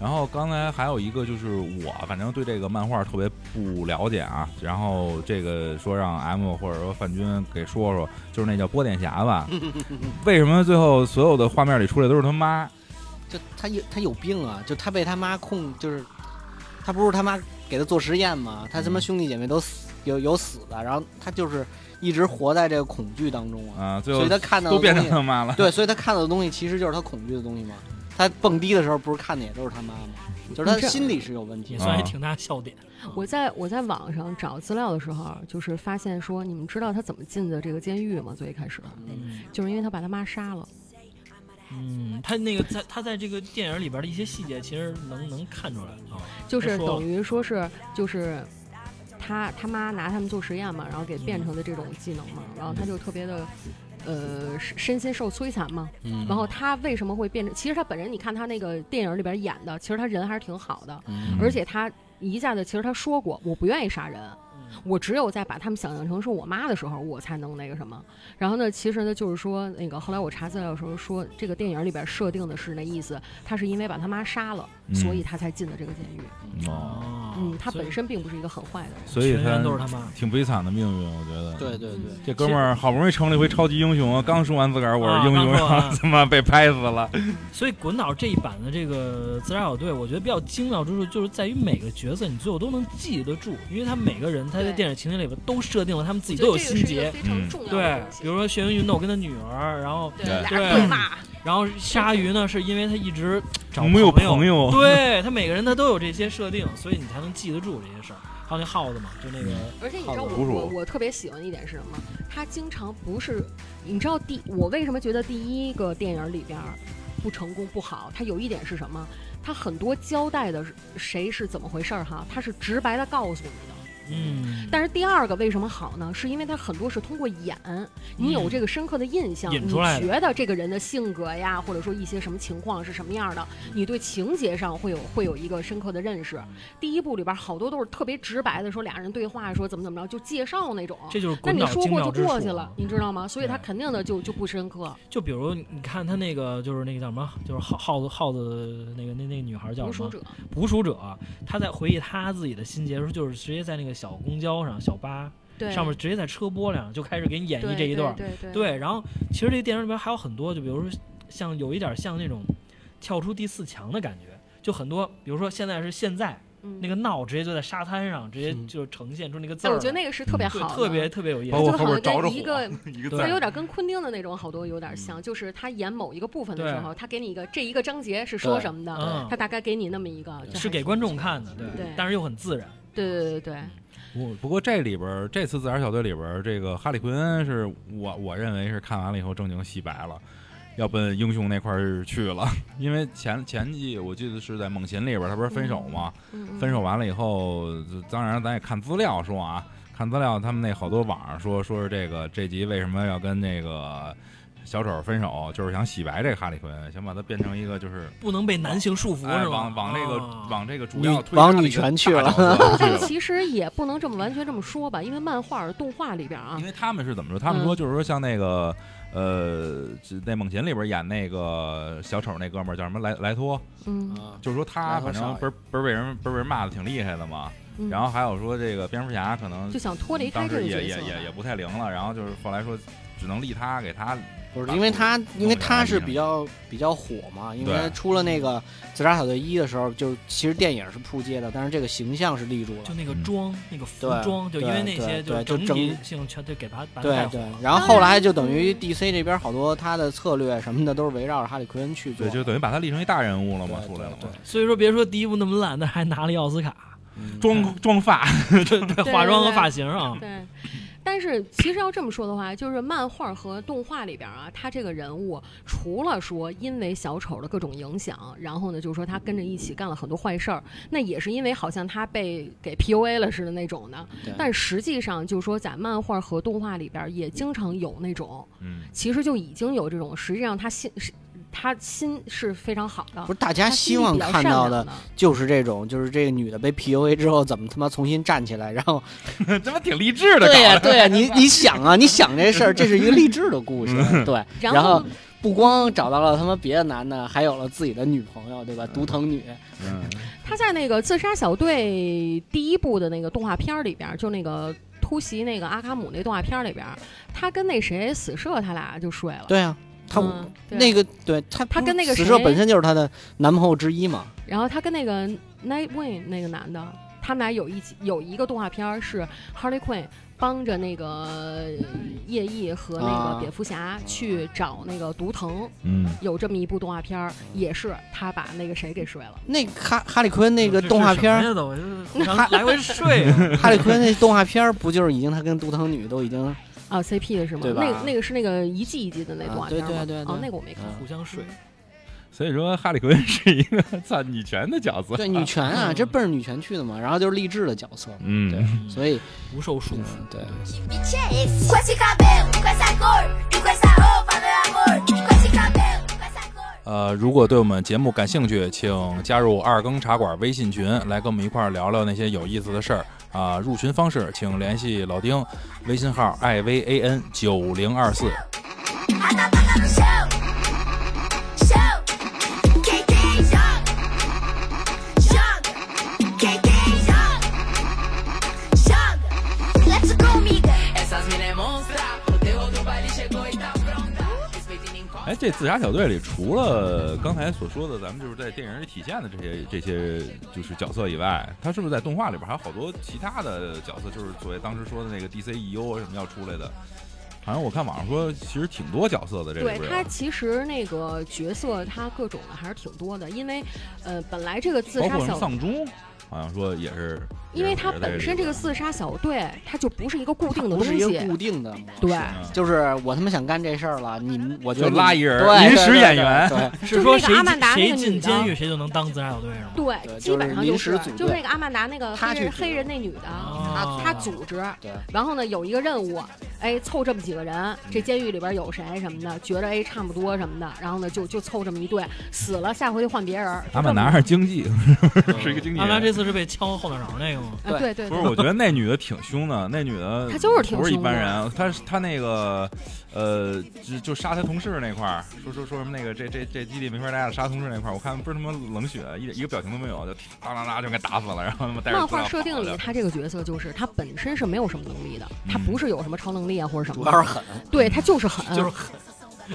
Speaker 2: 然后刚才还有一个就是我，反正对这个漫画特别不了解啊。然后这个说让 M 或者说范军给说说，就是那叫波点侠 吧？为什么最后所有的画面里出来都是他妈？
Speaker 3: 就他有他有病啊！就他被他妈控，就是他不是他妈给他做实验吗？他他妈
Speaker 2: 嗯
Speaker 3: 兄弟姐妹都死有有死的，然后他就是一直活在这个恐惧当中啊，
Speaker 2: 啊，最
Speaker 3: 所
Speaker 2: 后
Speaker 3: 以他看到的
Speaker 2: 都变
Speaker 3: 东
Speaker 2: 成
Speaker 3: 西，
Speaker 2: 他妈了。
Speaker 3: 对，所以他看到的东西其实就是他恐惧的东西嘛。他蹦迪的时候不是看的也都是他妈吗？就是他
Speaker 5: 嗯你这
Speaker 3: 心理是有问题
Speaker 4: 也
Speaker 3: 的。
Speaker 4: 算
Speaker 2: 啊
Speaker 4: 是挺大笑点。
Speaker 5: 我在我在网上找资料的时候，就是发现说，你们知道他怎么进的这个监狱吗？最一开始，
Speaker 4: 嗯
Speaker 5: 就是因为他把他妈杀了。
Speaker 4: 嗯，他那个在他在这个电影里边的一些细节，其实能能看出来啊。
Speaker 5: 就是
Speaker 4: 他说了
Speaker 5: 等于说是就是他他妈拿他们做实验嘛，然后给变成的这种技能嘛，然后他就特别的。呃，身身心受摧残嘛，
Speaker 3: 嗯
Speaker 5: 然后他为什么会变成？其实他本人，你看他那个电影里边演的，其实他人还是挺好的，
Speaker 3: 嗯
Speaker 5: 而且他一下子其实他说过，我不愿意杀人，我只有在把他们想象成是我妈的时候，我才能那个什么。然后呢，其实呢就是说，那个后来我查资料的时候说，这个电影里边设定的是那意思，他是因为把他妈杀了，
Speaker 2: 嗯
Speaker 5: 所以他才进的这个监狱。
Speaker 2: 哦，
Speaker 5: 嗯，他本
Speaker 4: 身
Speaker 5: 身并不是一个很坏的人。
Speaker 2: 所以
Speaker 4: 全
Speaker 2: 他
Speaker 4: 员都是他妈。
Speaker 2: 挺悲惨的命运，我觉得。
Speaker 3: 对对
Speaker 5: 嗯
Speaker 3: 对，
Speaker 2: 这哥们儿好不容易成了一回超级英雄，刚说完自个儿我是英雄，
Speaker 4: 啊刚说完
Speaker 2: 然 后他妈被拍死了。
Speaker 4: 所以滚岛这一版的这个自杀小队，我觉得比较精妙之处就是在于每个角色你最后都能记得住，因为他每个人他在
Speaker 5: 对
Speaker 4: 电影情节里边都设定了他们自己都有心结。嗯
Speaker 5: 非
Speaker 2: 常
Speaker 5: 重
Speaker 4: 对，比如说眩晕运动跟他女儿，然后
Speaker 2: 对
Speaker 5: 俩
Speaker 4: 对
Speaker 5: 人对骂，
Speaker 4: 然后鲨鱼呢，是因为他一直找
Speaker 2: 没有
Speaker 4: 朋
Speaker 2: 朋友
Speaker 4: 对他每个人他都有这些设定，所以你才能记得住这些事儿。还有那耗子嘛，就那个
Speaker 5: 而且你知
Speaker 2: 好
Speaker 5: 道我
Speaker 2: 侮辱
Speaker 5: 我我特别喜欢的一点是什么？他经常不是，你知道第我为什么觉得第一个电影里边儿不成功不好？他有一点是什么？他很多交代的是谁是怎么回事儿哈，他是直白的告诉你的。
Speaker 4: 嗯，
Speaker 5: 但是第二个为什么好呢？是因为他很多是通过演，你有这个深刻的印象，
Speaker 4: 嗯引
Speaker 5: 你
Speaker 4: 出来的
Speaker 5: 觉得这个人的性格呀，或者说一些什么情况是什么样的，
Speaker 4: 嗯
Speaker 5: 你对情节上会有会有一个深刻的认识。第一部里边好多都是特别直白的，说俩人对话，说怎么怎么着，就介绍那种。
Speaker 4: 这就是
Speaker 5: 啊那
Speaker 4: 滚
Speaker 5: 你
Speaker 4: 岛
Speaker 5: 说
Speaker 4: 精
Speaker 5: 过
Speaker 4: 妙
Speaker 5: 就
Speaker 4: 之处啊
Speaker 5: 过去了，你知道吗？所以他
Speaker 4: 对
Speaker 5: 肯定的就就不深刻。
Speaker 4: 就比如你看他那个，就是那个叫什么，就是耗耗子耗子那个那那个女孩叫
Speaker 5: 读
Speaker 4: 什
Speaker 5: 书
Speaker 4: 么？
Speaker 5: 者，
Speaker 4: 捕鼠者，他在回忆他自己的心结的时候，就是直接在那个小公交上、小巴
Speaker 5: 对，
Speaker 4: 上面直接在车玻璃上就开始给你演
Speaker 5: 对
Speaker 4: 绎这一段儿。
Speaker 5: 对对
Speaker 4: 对，然后其实这个电影里边还有很多，就比如说像有一点像那种跳出第四强的感觉，就很多，比如说现在是现在
Speaker 5: 嗯
Speaker 4: 那个闹，直接就在沙滩上，直接
Speaker 3: 嗯
Speaker 4: 就呈现出那个字
Speaker 5: 哎，
Speaker 4: 儿来。嗯
Speaker 5: 我觉得那个是特别
Speaker 4: 对
Speaker 5: 好的，
Speaker 4: 特别特别有意思
Speaker 2: 包。括
Speaker 5: 就
Speaker 2: 后
Speaker 5: 好
Speaker 2: 边着着
Speaker 5: 像跟
Speaker 2: 火
Speaker 5: 一个
Speaker 2: 一个字
Speaker 5: 它有
Speaker 2: 儿，
Speaker 5: 点跟昆汀的那种好多有点
Speaker 4: 嗯
Speaker 5: 像，就是他演某一个部分的时候，他给你一个这一个章节是说什么
Speaker 4: 对嗯
Speaker 5: 的，他大概给你那么一个，就是
Speaker 4: 给观众嗯看的，对，
Speaker 5: 对
Speaker 4: 但是又很自然。
Speaker 5: 对对对对
Speaker 2: 不不过这里边儿这次自杀小队里边儿，这个哈利奎恩是我我认为是看完了以后正经洗白了，要奔英雄那块儿去了。 因为前前季我记得是在猛禽里边儿，他不是分手吗？
Speaker 5: 嗯，
Speaker 2: 分手完了以后，就当然咱也看资料说啊，看资料他们那好多网上说说是这个这集为什么要跟那个小丑分手，就是想洗白这个哈利奎恩，想把他变成一个就是。
Speaker 4: 不能被男性束缚，
Speaker 2: 哎，
Speaker 4: 是吧？
Speaker 2: 往往这个、
Speaker 4: 啊
Speaker 2: 往这个主
Speaker 3: 女
Speaker 2: 要推
Speaker 3: 往
Speaker 2: 他的
Speaker 3: 女
Speaker 2: 一个
Speaker 3: 权去
Speaker 2: 大
Speaker 3: 了
Speaker 2: 角色去
Speaker 5: 但
Speaker 2: 了
Speaker 5: 其实也不能这么完全这么说吧，因为漫画、动画里边啊嗯
Speaker 2: 因，为他们是怎么说？他们说就是说像那个。呃，就在《猛禽》里边演那个小丑那哥们儿叫什么莱莱托，
Speaker 5: 嗯，
Speaker 3: 啊，
Speaker 2: 就是说他
Speaker 3: 莱
Speaker 2: 反
Speaker 3: 托
Speaker 2: 正
Speaker 3: 少爷
Speaker 2: 不是不是被人不是被人骂的挺厉害的嘛。
Speaker 5: 嗯
Speaker 2: 然后还有说这个蝙蝠侠可能
Speaker 5: 就想脱离开
Speaker 2: 当
Speaker 5: 这
Speaker 2: 时
Speaker 5: 个
Speaker 2: 也
Speaker 5: 角
Speaker 2: 也
Speaker 5: 色吧，
Speaker 2: 也也不太灵了，然后就是后来说只能立他给他
Speaker 3: 不是因为他，因为他是比较比较火嘛，因为他
Speaker 2: 啊对
Speaker 3: 出了那个《自杀小队一》的时候，就是其实电影是扑街的，但是这个形象是立住
Speaker 4: 就
Speaker 3: 了。
Speaker 4: 那个
Speaker 2: 嗯
Speaker 4: 妆，那个服
Speaker 3: 对
Speaker 4: 装，就因
Speaker 3: 对
Speaker 4: 为那
Speaker 3: 对
Speaker 4: 些
Speaker 3: 对
Speaker 4: 整
Speaker 3: 就
Speaker 4: 体
Speaker 3: 整
Speaker 4: 性全对给他把他带
Speaker 3: 对
Speaker 4: 火
Speaker 3: 对
Speaker 4: 了，
Speaker 3: 然后后来就等于
Speaker 5: 嗯
Speaker 3: DC 这边好多他的策略什么的都是围绕着哈利奎恩去做
Speaker 2: 对，
Speaker 3: 的。
Speaker 2: 就等于把他立成一大人物了嘛，
Speaker 3: 对
Speaker 2: 出来了
Speaker 3: 对
Speaker 2: 嘛，
Speaker 4: 所以说别说第一部那么烂，但还拿了一奥斯 卡，
Speaker 3: 嗯
Speaker 2: 妆妆发，
Speaker 4: 对化妆和发型啊，
Speaker 5: 对。但是其实要这么说的话，就是漫画和动画里边啊，他这个人物除了说因为小丑的各种影响，然后呢，就是说他跟着一起干了很多坏事儿，那也是因为好像他被给 PUA 了似的那种的。
Speaker 3: 对
Speaker 5: 但实际上，就是说在漫画和动画里边也经常有那种，
Speaker 2: 嗯，
Speaker 5: 其实就已经有这种，实际上他心是他心是非常好的
Speaker 3: 不。是大家
Speaker 5: 啊他
Speaker 3: 希
Speaker 5: 心
Speaker 3: 望
Speaker 5: 里比较
Speaker 3: 看
Speaker 5: 善
Speaker 3: 到
Speaker 5: 良
Speaker 3: 的
Speaker 5: 的，
Speaker 3: 就是这种，就是这个女的被 PUA 之后怎么他妈重新站起来，然后
Speaker 2: 他妈挺励志的，
Speaker 3: 对 呀、对呀、你你想啊，你想这事儿，这是一个励志的故 事，对。然
Speaker 5: 后
Speaker 3: 后不光找到了他妈别的男的，还有了自己的女朋友，对吧？独藤女，
Speaker 2: 嗯，
Speaker 5: 他在那个《自杀小队》第一部的那个动画片儿里边儿，就那个突袭那个阿卡姆那动画片儿里边儿，他跟那谁死射他俩就睡了。
Speaker 3: 对啊，她
Speaker 5: 嗯对
Speaker 3: 那个对她
Speaker 5: 她跟那个
Speaker 3: 死射
Speaker 5: 谁
Speaker 3: 本身就是她的男朋友之一嘛，
Speaker 5: 然后他跟那个 Nightwing 那个男的，他们俩有一集有一个动画片儿是 Harley Quinn。帮着那个叶毅和那
Speaker 3: 啊
Speaker 5: 个蝙蝠侠去找那个毒藤，
Speaker 2: 嗯，
Speaker 5: 有这么一部动画片儿，也是他把那个谁给睡了。
Speaker 3: 那哈哈里坤那个动画片儿，
Speaker 4: 都来回睡，
Speaker 3: 哈里坤那动画片儿不就是已经他跟杜腾女都已经
Speaker 5: 啊，CP 的是吗？
Speaker 3: 对吧
Speaker 5: 那个那个是那个一季一季的那动画
Speaker 3: 啊对
Speaker 5: 片儿吗？
Speaker 3: 对对对
Speaker 5: 哦，那个我没看。
Speaker 4: 互相睡。
Speaker 2: 所以说哈利奎恩是一个 操女权的角色，
Speaker 3: 对女权啊，
Speaker 4: 嗯
Speaker 3: 这奔着女权去的嘛，然后就是励志的角色嘛，对
Speaker 2: 嗯，，
Speaker 3: 所以
Speaker 4: 不受束 缚。
Speaker 3: 嗯对，
Speaker 6: Com é esse cabelo, com essa cor, e com essa roupa, meu amor. Com esse cabelo, com essa cor.
Speaker 2: 呃，如果对我们节目感兴趣，请加入二更茶馆微信群，来跟我们一块儿聊聊那些有意思的事儿啊、入群方式请联系老丁，微信号 i v a n 九零二四。
Speaker 6: A tapada no chão. Chão. Quem tem, joga. Joga. Quem tem, joga. Joga. Let's go, miga.
Speaker 7: Essas mina é monstra, o terror do baile chegou e tá pronta. Respeita e nem encosta.
Speaker 2: 哎，这自杀小队里除了刚才所说的咱们就是在电影里体现的这些这些就是角色以外，他是不是在动画里边还有好多其他的角色？就是所谓当时说的那个 DCEU 什么要出来的，好像我看网上说其实挺多角色的，这里
Speaker 5: 对
Speaker 2: 边有
Speaker 5: 他其实那个角色他各种的还是挺多的，因为呃本来这个自
Speaker 2: 包
Speaker 5: 杀
Speaker 2: 括什么
Speaker 5: 小
Speaker 2: 丧钟，好像说也是，
Speaker 5: 因为
Speaker 2: 也是
Speaker 5: 它本身这个
Speaker 2: 在
Speaker 5: 自杀小队，它就不是一个固定的
Speaker 3: 不
Speaker 5: 东
Speaker 3: 是一个
Speaker 5: 西，
Speaker 3: 固定的模式，
Speaker 5: 对，
Speaker 2: 里边
Speaker 3: 就是我他妈想干这事儿了，你们我觉得
Speaker 2: 就拉一人儿
Speaker 3: 对
Speaker 2: 临时
Speaker 3: 对对
Speaker 2: 演员
Speaker 3: 对，
Speaker 5: 就是
Speaker 4: 说
Speaker 5: 那
Speaker 4: 谁
Speaker 5: 个阿曼达那
Speaker 4: 谁
Speaker 5: 个
Speaker 4: 进
Speaker 5: 女的
Speaker 4: 监狱谁就能当自杀小队是吗？
Speaker 5: 对，
Speaker 3: 对
Speaker 5: 基本上
Speaker 3: 就是临
Speaker 5: 就
Speaker 3: 时
Speaker 5: 是
Speaker 3: 组队
Speaker 5: 就是那个阿曼达那个
Speaker 3: 她
Speaker 5: 黑人
Speaker 3: 去组啊
Speaker 5: 黑人那女的，
Speaker 4: 哦
Speaker 5: 她组织，
Speaker 3: 对
Speaker 5: 然后呢有一个任务，哎凑这么几个人，这监狱里边有谁什么的，觉着哎差不多什么的，然后呢就就凑这么一队，死了下回就换别人儿。
Speaker 2: 阿曼达是经济，是一个经济
Speaker 4: 阿拉
Speaker 2: 人。
Speaker 4: 这次是被敲后脑勺那个吗？
Speaker 5: 啊对对
Speaker 2: 不是，我觉得那女的挺凶的，那女的
Speaker 5: 她就是挺
Speaker 2: 不是一
Speaker 5: 凶的
Speaker 2: 般人，啊她她那个呃，就就杀她同事那块儿，说说说什么那个这这这基地没法待了，杀同事那块儿，我看不是他妈冷血，啊一点一个表情都没有，就当当当就给打死了，然后他妈带着
Speaker 5: 漫
Speaker 2: 资料
Speaker 5: 画设定
Speaker 2: 跑
Speaker 5: 里，
Speaker 2: 了
Speaker 5: 她这个角色就是她本身是没有什么能力的，她
Speaker 2: 嗯
Speaker 5: 不是有什么超能力啊或者什么
Speaker 3: 主
Speaker 5: 的，
Speaker 3: 要是狠，
Speaker 5: 对她就是狠，
Speaker 4: 就是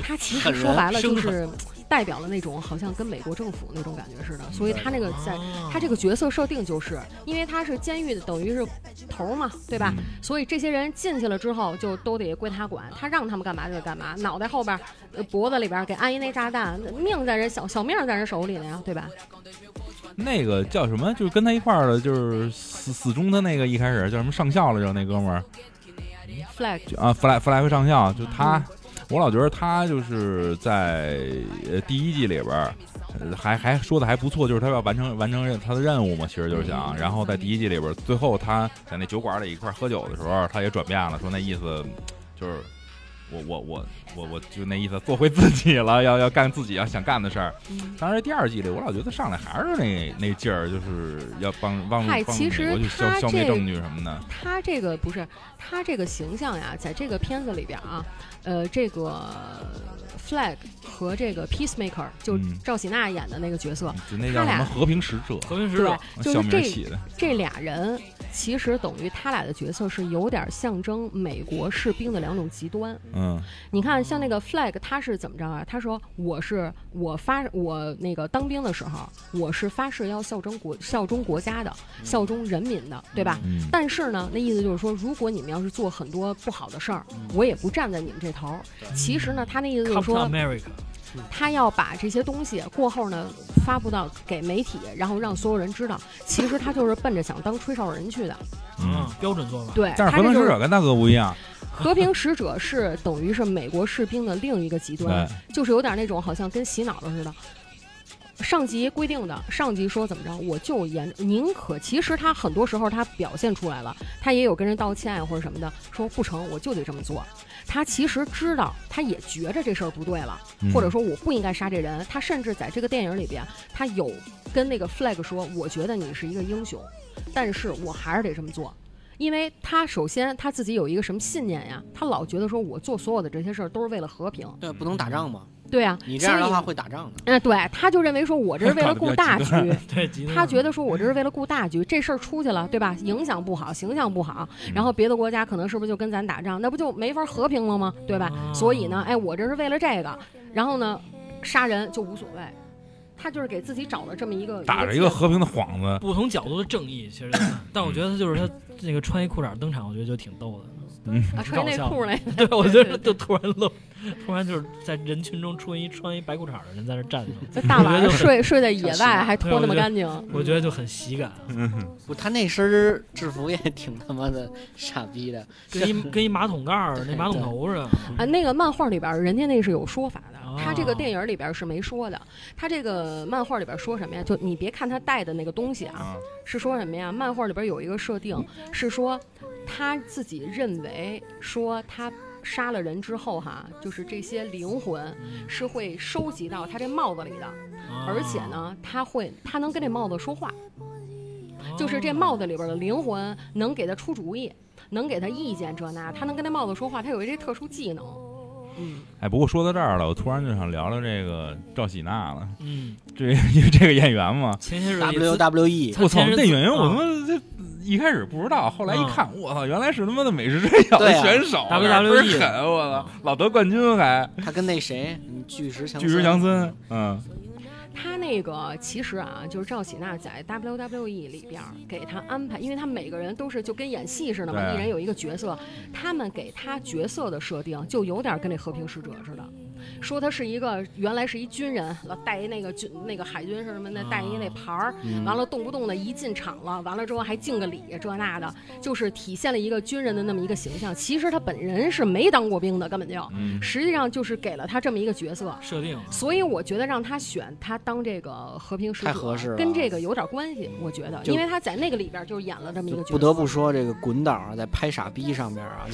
Speaker 5: 他其
Speaker 3: 狠
Speaker 5: 实
Speaker 3: 人
Speaker 5: 说白了
Speaker 4: 生
Speaker 5: 就是代表了那种好像跟美国政府那种感觉似的，所以他那个在
Speaker 4: 啊
Speaker 5: 他这个角色设定就是，因为他是监狱的，等于是头儿嘛，对吧？
Speaker 2: 嗯
Speaker 5: 所以这些人进去了之后就都得归他管，他让他们干嘛就得干嘛，脑袋后边儿、呃脖子里边儿给安一那炸弹，命在人小小命在人手里呢呀，对吧？
Speaker 2: 那个叫什么，就是跟他一块儿的，就是死死忠的那个一开始叫什么上校来着，那哥们儿
Speaker 5: flag
Speaker 2: 就啊，弗莱弗莱克上校，就
Speaker 5: 嗯
Speaker 2: 他，我老觉得他就是在呃第一季里边儿。呃还还说的还不错，就是他要完成完成任他的任务嘛，其实就是想，然后在第一季里边儿，最后他在那酒馆里一块儿喝酒的时候，他也转变了，说那意思就是我我我我我就那意思做回自己了，要要干自己要想干的事儿。
Speaker 5: 嗯
Speaker 2: 当然第二季里，我老觉得上来还是那那劲儿，就是要帮帮
Speaker 5: 嗨
Speaker 2: 帮
Speaker 5: 其
Speaker 2: 美
Speaker 5: 实
Speaker 2: 国去消
Speaker 5: 他
Speaker 2: 消灭
Speaker 5: 这
Speaker 2: 证据什么的。
Speaker 5: 他这个不是他这个形象呀，在这个片子里边啊，呃，这个 flag 和这个 peacemaker 就
Speaker 2: 嗯
Speaker 5: 赵喜娜演的那个角色，
Speaker 2: 就那
Speaker 5: 啊他
Speaker 2: 叫什么
Speaker 5: 俩
Speaker 2: 和平使者，啊
Speaker 4: 和平使
Speaker 5: 对
Speaker 4: 者，
Speaker 5: 就
Speaker 2: 小
Speaker 5: 是
Speaker 2: 名
Speaker 5: 这
Speaker 2: 儿起的。
Speaker 5: 这俩人其实等于他俩的角色是有点象征美国士兵的两种极端。
Speaker 2: 嗯
Speaker 5: 你看，像那个 flag，他是怎么着啊？他说我是我发我那个当兵的时候，我是发誓要效忠国效忠国家的，效忠人民的，对吧？
Speaker 2: 嗯，
Speaker 5: 但是呢，那意思就是说，如果你们要是做很多不好的事儿，我也不站在你们这头儿。其实呢，他那意思就是
Speaker 4: Captain
Speaker 5: 说，
Speaker 4: America，
Speaker 5: 他要把这些东西过后呢发布到给媒体，然后让所有人知道。其实他就是奔着想当吹哨人去的。
Speaker 2: 嗯
Speaker 4: 嗯，标准做法。
Speaker 5: 对，
Speaker 2: 但是啊
Speaker 5: 他
Speaker 2: 和
Speaker 5: 这
Speaker 2: 平
Speaker 5: 就
Speaker 2: 使
Speaker 5: 是
Speaker 2: 者跟大哥不一样，
Speaker 5: 和平使者是等于是美国士兵的另一个极端，
Speaker 2: 哎
Speaker 5: 就是有点那种好像跟洗脑了似的。上级规定的，上级说怎么着，我就严宁可。其实他很多时候他表现出来了，他也有跟人道歉啊呀或者什么的，说不成我就得这么做。他其实知道，他也觉着这事儿不对了，
Speaker 2: 嗯
Speaker 5: 或者说我不应该杀这人。他甚至在这个电影里边，他有跟那个 flag 说，我觉得你是一个英雄，但是我还是得这么做。因为他首先他自己有一个什么信念呀？他老觉得说我做所有的这些事儿都是为了和平，
Speaker 3: 对，不能打仗嘛，
Speaker 5: 对啊，
Speaker 3: 你这样的
Speaker 5: 所以
Speaker 3: 话会打仗的，
Speaker 5: 嗯、对，他就认为说我这是为了顾大局，
Speaker 4: 对，极端
Speaker 5: 他觉得说我这是为了顾大局，这事儿出去了，对吧？影响不好，形象不好，
Speaker 4: 嗯
Speaker 2: 嗯
Speaker 5: 然后别的国家可能是不是就跟咱打仗，那不就没法和平了吗？
Speaker 4: 哦
Speaker 5: 对吧？所以呢，哎，我这是为了这个，然后呢，杀人就无所谓。他就是给自己找了这么一个
Speaker 2: 打着一个和平的幌子，
Speaker 4: 不同角度的正义，其实就是，但我觉得他就是他那个穿一裤衩登场，我觉得就挺逗的。
Speaker 5: 啊穿内裤 来，
Speaker 4: 对，我觉得就突然露，突然就是在人群中出现一穿一白裤衩的人在那站着，
Speaker 5: 这大晚
Speaker 4: 我觉
Speaker 5: 上
Speaker 4: 得就
Speaker 5: 睡睡在野外还脱那
Speaker 4: 对我
Speaker 5: 么
Speaker 4: 觉得
Speaker 5: 干净，
Speaker 4: 我觉得就很喜感，
Speaker 3: 不，他那身儿制服也挺他妈的傻逼的，
Speaker 4: 跟一跟一马桶盖儿那马桶头似的。
Speaker 5: 啊，那个漫画里边儿人家那是有说法的
Speaker 4: 哦，
Speaker 5: 他这个电影里边儿是没说的。他这个漫画里边儿说什么呀？就你别看他带的那个东西啊，
Speaker 2: 啊
Speaker 5: 是说什么呀？漫画里边儿有一个设定是说他自己认为说他。杀了人之后，哈，就是这些灵魂是会收集到他这帽子里的，
Speaker 4: 啊
Speaker 5: 而且，呢，他会，他能跟这帽子说话，
Speaker 4: 哦
Speaker 5: 就是这帽子里边的灵魂能给他出主意，能给他意见这那，他能跟那帽子说话，他有一这特殊技能。
Speaker 2: 哎，不过说到这儿了，我突然就想聊聊这个赵喜娜了，
Speaker 4: 嗯，
Speaker 2: 这因为这个 演员嘛，
Speaker 4: 前些日子一次
Speaker 3: WWE
Speaker 4: 他
Speaker 2: 我操，
Speaker 4: 前日
Speaker 2: 那
Speaker 4: 子
Speaker 2: 演员我
Speaker 4: 啊
Speaker 2: 他妈这一开始不知道，后来一
Speaker 5: 嗯
Speaker 4: 啊
Speaker 2: 看，我操，原来是他妈的美式摔跤的
Speaker 3: 对啊
Speaker 2: 选手倍儿
Speaker 4: WWE
Speaker 2: 狠，我操，
Speaker 5: 嗯
Speaker 2: 老得冠军还
Speaker 3: 他跟那谁，嗯巨石强
Speaker 2: 巨石强森，嗯
Speaker 5: 他那个其实啊，就是赵喜娜在 WWE 里边儿给他安排，因为他们每个人都是就跟演戏似的嘛，
Speaker 2: 对
Speaker 5: 一人有一个角色，他们给他角色的设定就有点跟那和平使者似的。说他是一个原来是一军人，老带一那个军那个海军是什么的，带一那牌儿，
Speaker 3: 嗯
Speaker 2: 嗯
Speaker 5: 完了动不动的一进场了，完了之后还敬个礼这那的，就是体现了一个军人的那么一个形象。其实他本人是没当过兵的，根本就，
Speaker 2: 嗯，
Speaker 5: 实际上就是给了他这么一个角色，
Speaker 4: 设定
Speaker 5: 所以我觉得让他选他当这个和平使者，
Speaker 3: 太合适了
Speaker 5: 跟这个有点关系，我觉得，
Speaker 3: 就
Speaker 5: 因为他在那个里边就是演了这么一
Speaker 3: 就
Speaker 5: 个角色，
Speaker 3: 不得不说，这个滚导啊，在拍傻逼上面 啊，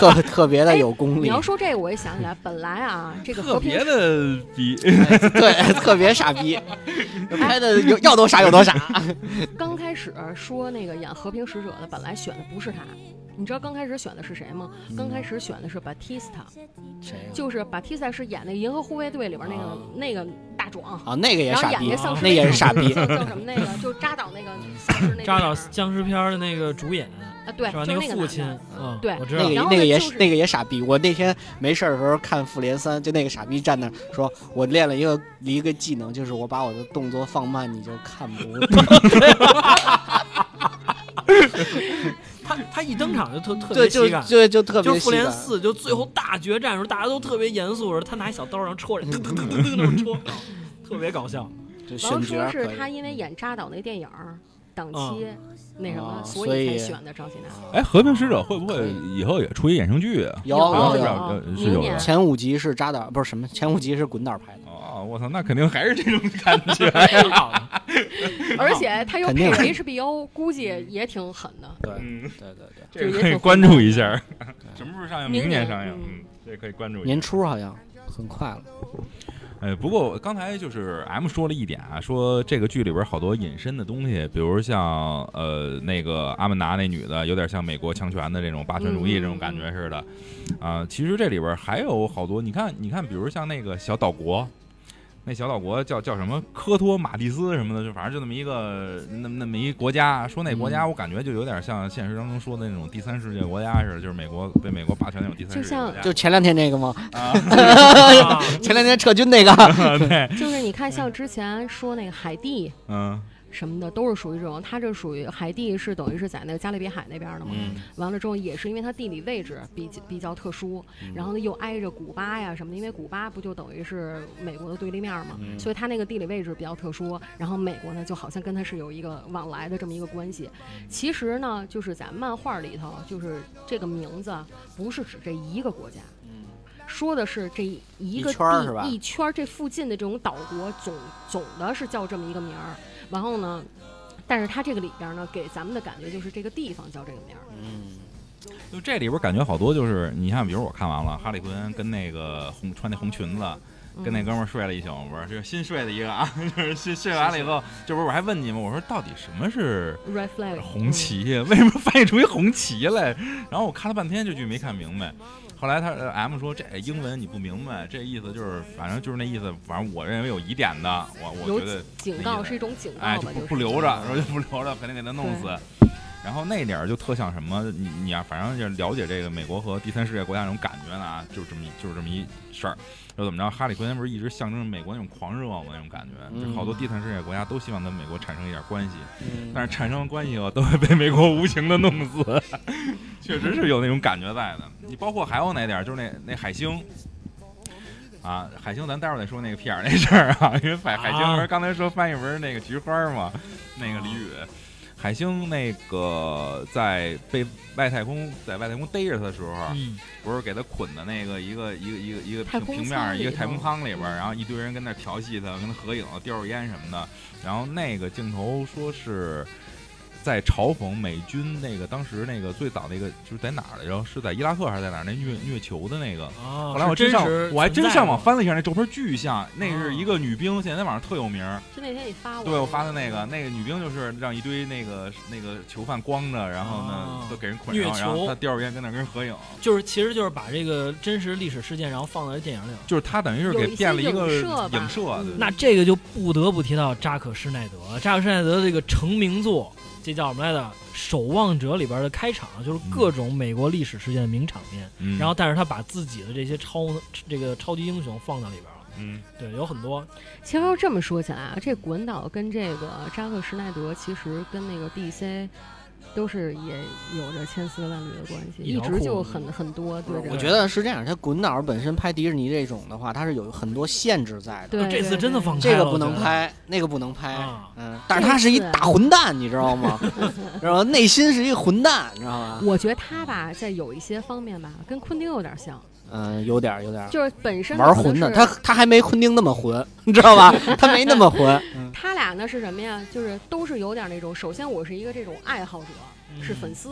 Speaker 3: 就是特特别的有功
Speaker 5: 哎你
Speaker 3: 力
Speaker 5: 要，说这个，我也想起来，本来啊，这个
Speaker 2: 特
Speaker 5: 和平
Speaker 2: 别的比，
Speaker 3: 对，特别傻逼，拍的有要多傻有多傻。
Speaker 5: 刚开始说那个演和平使者的，本来选的不是他。你知道刚开始选的是谁吗？
Speaker 3: 嗯
Speaker 5: 刚开始选的是 Batista，、
Speaker 3: 谁
Speaker 5: 就是 Batista 是演那个《银河护卫队》里边那个、
Speaker 3: 啊
Speaker 5: 那个大壮，
Speaker 3: 啊？那个也
Speaker 5: 然后
Speaker 3: 傻
Speaker 5: 演
Speaker 3: 逼
Speaker 5: 那，丧尸
Speaker 3: 那也是傻逼。
Speaker 5: 叫叫什么那个，就扎导那个丧尸那个
Speaker 4: 扎导
Speaker 5: 电影
Speaker 4: 僵尸片儿的那个主演
Speaker 5: 啊，对，
Speaker 4: 是吧？
Speaker 5: 就是
Speaker 4: 个
Speaker 5: 那个
Speaker 4: 父
Speaker 5: 男
Speaker 4: 亲
Speaker 5: 的，
Speaker 4: 嗯，
Speaker 5: 对
Speaker 4: 我知道
Speaker 3: 那个。
Speaker 5: 然后
Speaker 3: 那个也
Speaker 5: 就是
Speaker 3: 那个也傻逼。我那天没事儿的时候看《复联三》，就那个傻逼站那儿说：“我练了一个一个技能，就是我把我的动作放慢，你就看 不到。
Speaker 4: 他他一登场就特”特
Speaker 3: 对，
Speaker 4: 别
Speaker 3: 就
Speaker 4: 喜感。
Speaker 3: 就就特
Speaker 4: 就
Speaker 3: 别
Speaker 4: 是复联
Speaker 3: 喜感嗯
Speaker 4: 四，就最后大决战的时候，大家都特别严肃，然后他拿一小刀，然后戳人，噔噔噔噔噔那么戳，特别搞 笑。啊
Speaker 3: 就
Speaker 5: 然后
Speaker 3: 选角
Speaker 5: 说
Speaker 3: 儿
Speaker 5: 是
Speaker 3: 可以嗯
Speaker 5: 他因为演扎导那电影儿档期
Speaker 4: 嗯
Speaker 5: 那什么
Speaker 3: 啊，所
Speaker 5: 以才
Speaker 3: 以
Speaker 5: 选的赵喜娜。
Speaker 2: 哎，和平使者会不
Speaker 3: 可
Speaker 2: 会
Speaker 3: 以
Speaker 2: 以后也出一衍生剧啊？
Speaker 3: 有
Speaker 2: 啊
Speaker 3: 有
Speaker 2: 是
Speaker 5: 有
Speaker 3: 有。
Speaker 2: 吧呃是
Speaker 5: 明
Speaker 2: 有
Speaker 5: 年
Speaker 2: 的。
Speaker 3: 前五集是扎导，不是什么，前五集是滚导拍的。
Speaker 2: 哦，我操，那肯定还是这种感觉。
Speaker 4: 挺好的
Speaker 5: 而且他又
Speaker 3: 哦肯
Speaker 5: 配
Speaker 3: 定
Speaker 5: HBO，估计也挺狠的。
Speaker 3: 对
Speaker 2: 嗯，
Speaker 3: 对对对，
Speaker 2: 这
Speaker 5: 这
Speaker 2: 个
Speaker 5: 也
Speaker 2: 可以
Speaker 5: 挺
Speaker 2: 关注一下。什么时候上映？
Speaker 5: 明
Speaker 2: 年
Speaker 5: 年
Speaker 2: 上映，
Speaker 5: 嗯
Speaker 2: 嗯，这可以关注一下。
Speaker 3: 年初好像很快了。
Speaker 2: 哎，不过刚才就是 M 说了一点啊，说这个剧里边好多隐身的东西，比如像呃那个阿曼达那女的，有点像美国强权的这种霸权主义这种
Speaker 3: 嗯
Speaker 2: 感觉似的，啊、其实这里边还有好多，你看，你看，比如像那个小岛国。那小岛国叫叫什么科托马蒂斯什么的，就反正就那么一个那那么一国家。说那国
Speaker 3: 嗯
Speaker 2: 家，我感觉就有点像现实当中说的那种第三世界国家似的，就是美国被美国霸权那种第三世界国家。
Speaker 3: 就前两天那个吗？
Speaker 2: 啊，
Speaker 3: 哎
Speaker 4: 啊，
Speaker 3: 前两天撤军 那个，
Speaker 2: 对，
Speaker 5: 就是你
Speaker 3: 嗯
Speaker 5: 看，像之前说那个海地
Speaker 2: 嗯
Speaker 5: 什么的，都是属于这种。他这属于海地是等于是在那个加勒比海那边的嘛。
Speaker 2: 嗯，
Speaker 5: 完了之后，也是因为它地理位置比比较特殊，然后呢又挨着古巴呀什么的，因为古巴不就等于是美国的对立面嘛，所以它那个地理位置比较特殊。然后美国呢，就好像跟它是有一个往来的这么一个关系。其实呢，就是在漫画里头，就是这个名字不是指这一个国家。说的是这一
Speaker 3: 一
Speaker 5: 个
Speaker 3: 圈儿
Speaker 5: 地
Speaker 3: 是吧
Speaker 5: 一圈儿这附近的这种岛国总总的是叫这么一个名儿，然后呢，但是它这个里边儿呢，给咱们的感觉就是这个地方叫这个名儿。
Speaker 3: 嗯，
Speaker 2: 就这里边感觉好多就是，你看，比如我看完了，哈利奎恩跟那个红穿那红裙子，嗯跟那哥们儿睡了一宿，不是，就是新睡的一个啊， 就是新睡完了以后，这不是我还问你们，我说到底什么是
Speaker 5: 嗯 red flag
Speaker 2: 红旗？ 为什么翻译出一红旗来？然后我看了半天这句没看明白。后来他呃 M 说这英文你不明白，这意思就是反正就是那意思，反正我认为有疑点的，我
Speaker 5: 嗯
Speaker 2: 我
Speaker 5: 有
Speaker 2: 觉得
Speaker 5: 警
Speaker 2: 没
Speaker 5: 告
Speaker 2: 意思
Speaker 5: 是一种警告嗯
Speaker 2: 哎就
Speaker 5: 吧，
Speaker 2: 不
Speaker 5: 就是
Speaker 2: 不留着，说就不留着，肯定给他弄死。然后那点儿就特像什么，你你啊，反正就是了解这个美国和第三世界国家那种感觉呢啊，就是这么一就是这么一事儿。又怎么着？哈利·奎恩不是一直象征着美国那种狂热望的那种感觉？就是好多第三世界国家都希望跟美国产生一点关系，
Speaker 3: 嗯
Speaker 2: 但是产生了关系以后，都会被美国无情的弄死， 确实是有那种感觉在的。你包括还有哪点儿，就是那那海星。啊，海星，咱待会儿再说那个屁眼儿那事儿啊， 因为海海星不是刚才说翻译文那个菊花儿嘛，那个俚语，海星那个在被外太空在外太空逮着他的时候，啊
Speaker 4: 嗯，
Speaker 2: 不是给他捆的那个一个一个一个一个
Speaker 5: 太
Speaker 2: 平
Speaker 5: 空
Speaker 2: 平面
Speaker 5: 舱
Speaker 2: 儿一个
Speaker 5: 里
Speaker 2: 太空
Speaker 5: 头
Speaker 2: 舱里边儿，然后一堆人跟那儿调戏他，跟他合影、叼着烟什么的。然后那个镜头说是在嘲讽美军那个当时那个最早那个就是在哪儿来着？是在伊拉克还是在哪儿？那虐虐囚的那个。
Speaker 4: 哦，
Speaker 2: 后来我
Speaker 4: 是真
Speaker 2: 上
Speaker 4: 实
Speaker 2: 我还
Speaker 4: 存
Speaker 2: 真
Speaker 4: 在
Speaker 2: 上网
Speaker 4: 的，
Speaker 2: 翻了一下那照片，巨像。那是一
Speaker 4: 哦
Speaker 2: 个女兵，现在在网上特有名儿。
Speaker 5: 是那天你发我，
Speaker 2: 对我发的那个，那个女兵就是让一堆那个那个囚犯光着，然后呢
Speaker 4: 哦
Speaker 2: 都给人捆
Speaker 4: 虐
Speaker 2: 上，然后
Speaker 4: 囚
Speaker 2: 他叼着烟跟那儿跟人合影。
Speaker 4: 就是其实就是把这个真实历史事件，然后放到这电影里了。
Speaker 2: 就是他等于是
Speaker 5: 有
Speaker 2: 给
Speaker 5: 一些
Speaker 2: 变了一
Speaker 5: 影
Speaker 2: 个
Speaker 5: 射吧
Speaker 2: 影射，对
Speaker 5: 嗯
Speaker 4: 那这个就不得不提到扎克施耐德了，扎克施耐德这个成名作，这叫什么来着？《守望者》里边的开场就是各种美国历史事件的名场面，
Speaker 2: 嗯
Speaker 4: 然后但是他把自己的这些超这个超级英雄放到里边了，
Speaker 2: 嗯，
Speaker 4: 对，有很多
Speaker 5: 其实要这么说起来啊，这滚导跟这个扎克施耐德其实跟那个 DC 都是也有着千丝万缕的关系，
Speaker 4: 一
Speaker 5: 一
Speaker 4: 条
Speaker 5: 直就
Speaker 4: 裤
Speaker 5: 很很多对
Speaker 3: 我
Speaker 5: 着。
Speaker 3: 觉得是这样，它滚导本身拍迪士尼这种的话，它是有很多限制在的，
Speaker 5: 对，
Speaker 4: 这次
Speaker 5: 对
Speaker 4: 真的
Speaker 5: 对
Speaker 4: 放开
Speaker 3: 这个
Speaker 4: 了
Speaker 3: 不能
Speaker 4: 我觉得
Speaker 3: 拍，那个不能拍
Speaker 4: 啊，
Speaker 3: 嗯，但是他是一大混蛋，你知道 吗？然后内心是一个混蛋，你知道吗？
Speaker 5: 我觉得他吧，在有一些方面吧，跟昆汀有点像，
Speaker 3: 嗯，有点儿有点儿
Speaker 5: 就是本身
Speaker 3: 玩
Speaker 5: 可能
Speaker 3: 混的，
Speaker 5: 是
Speaker 3: 他他还没昆汀那么混，你知道吧？他没那么混，
Speaker 5: 他俩呢是什么呀？就是都是有点那种，首先我是一个这种爱好者，是
Speaker 3: 嗯
Speaker 5: 粉丝。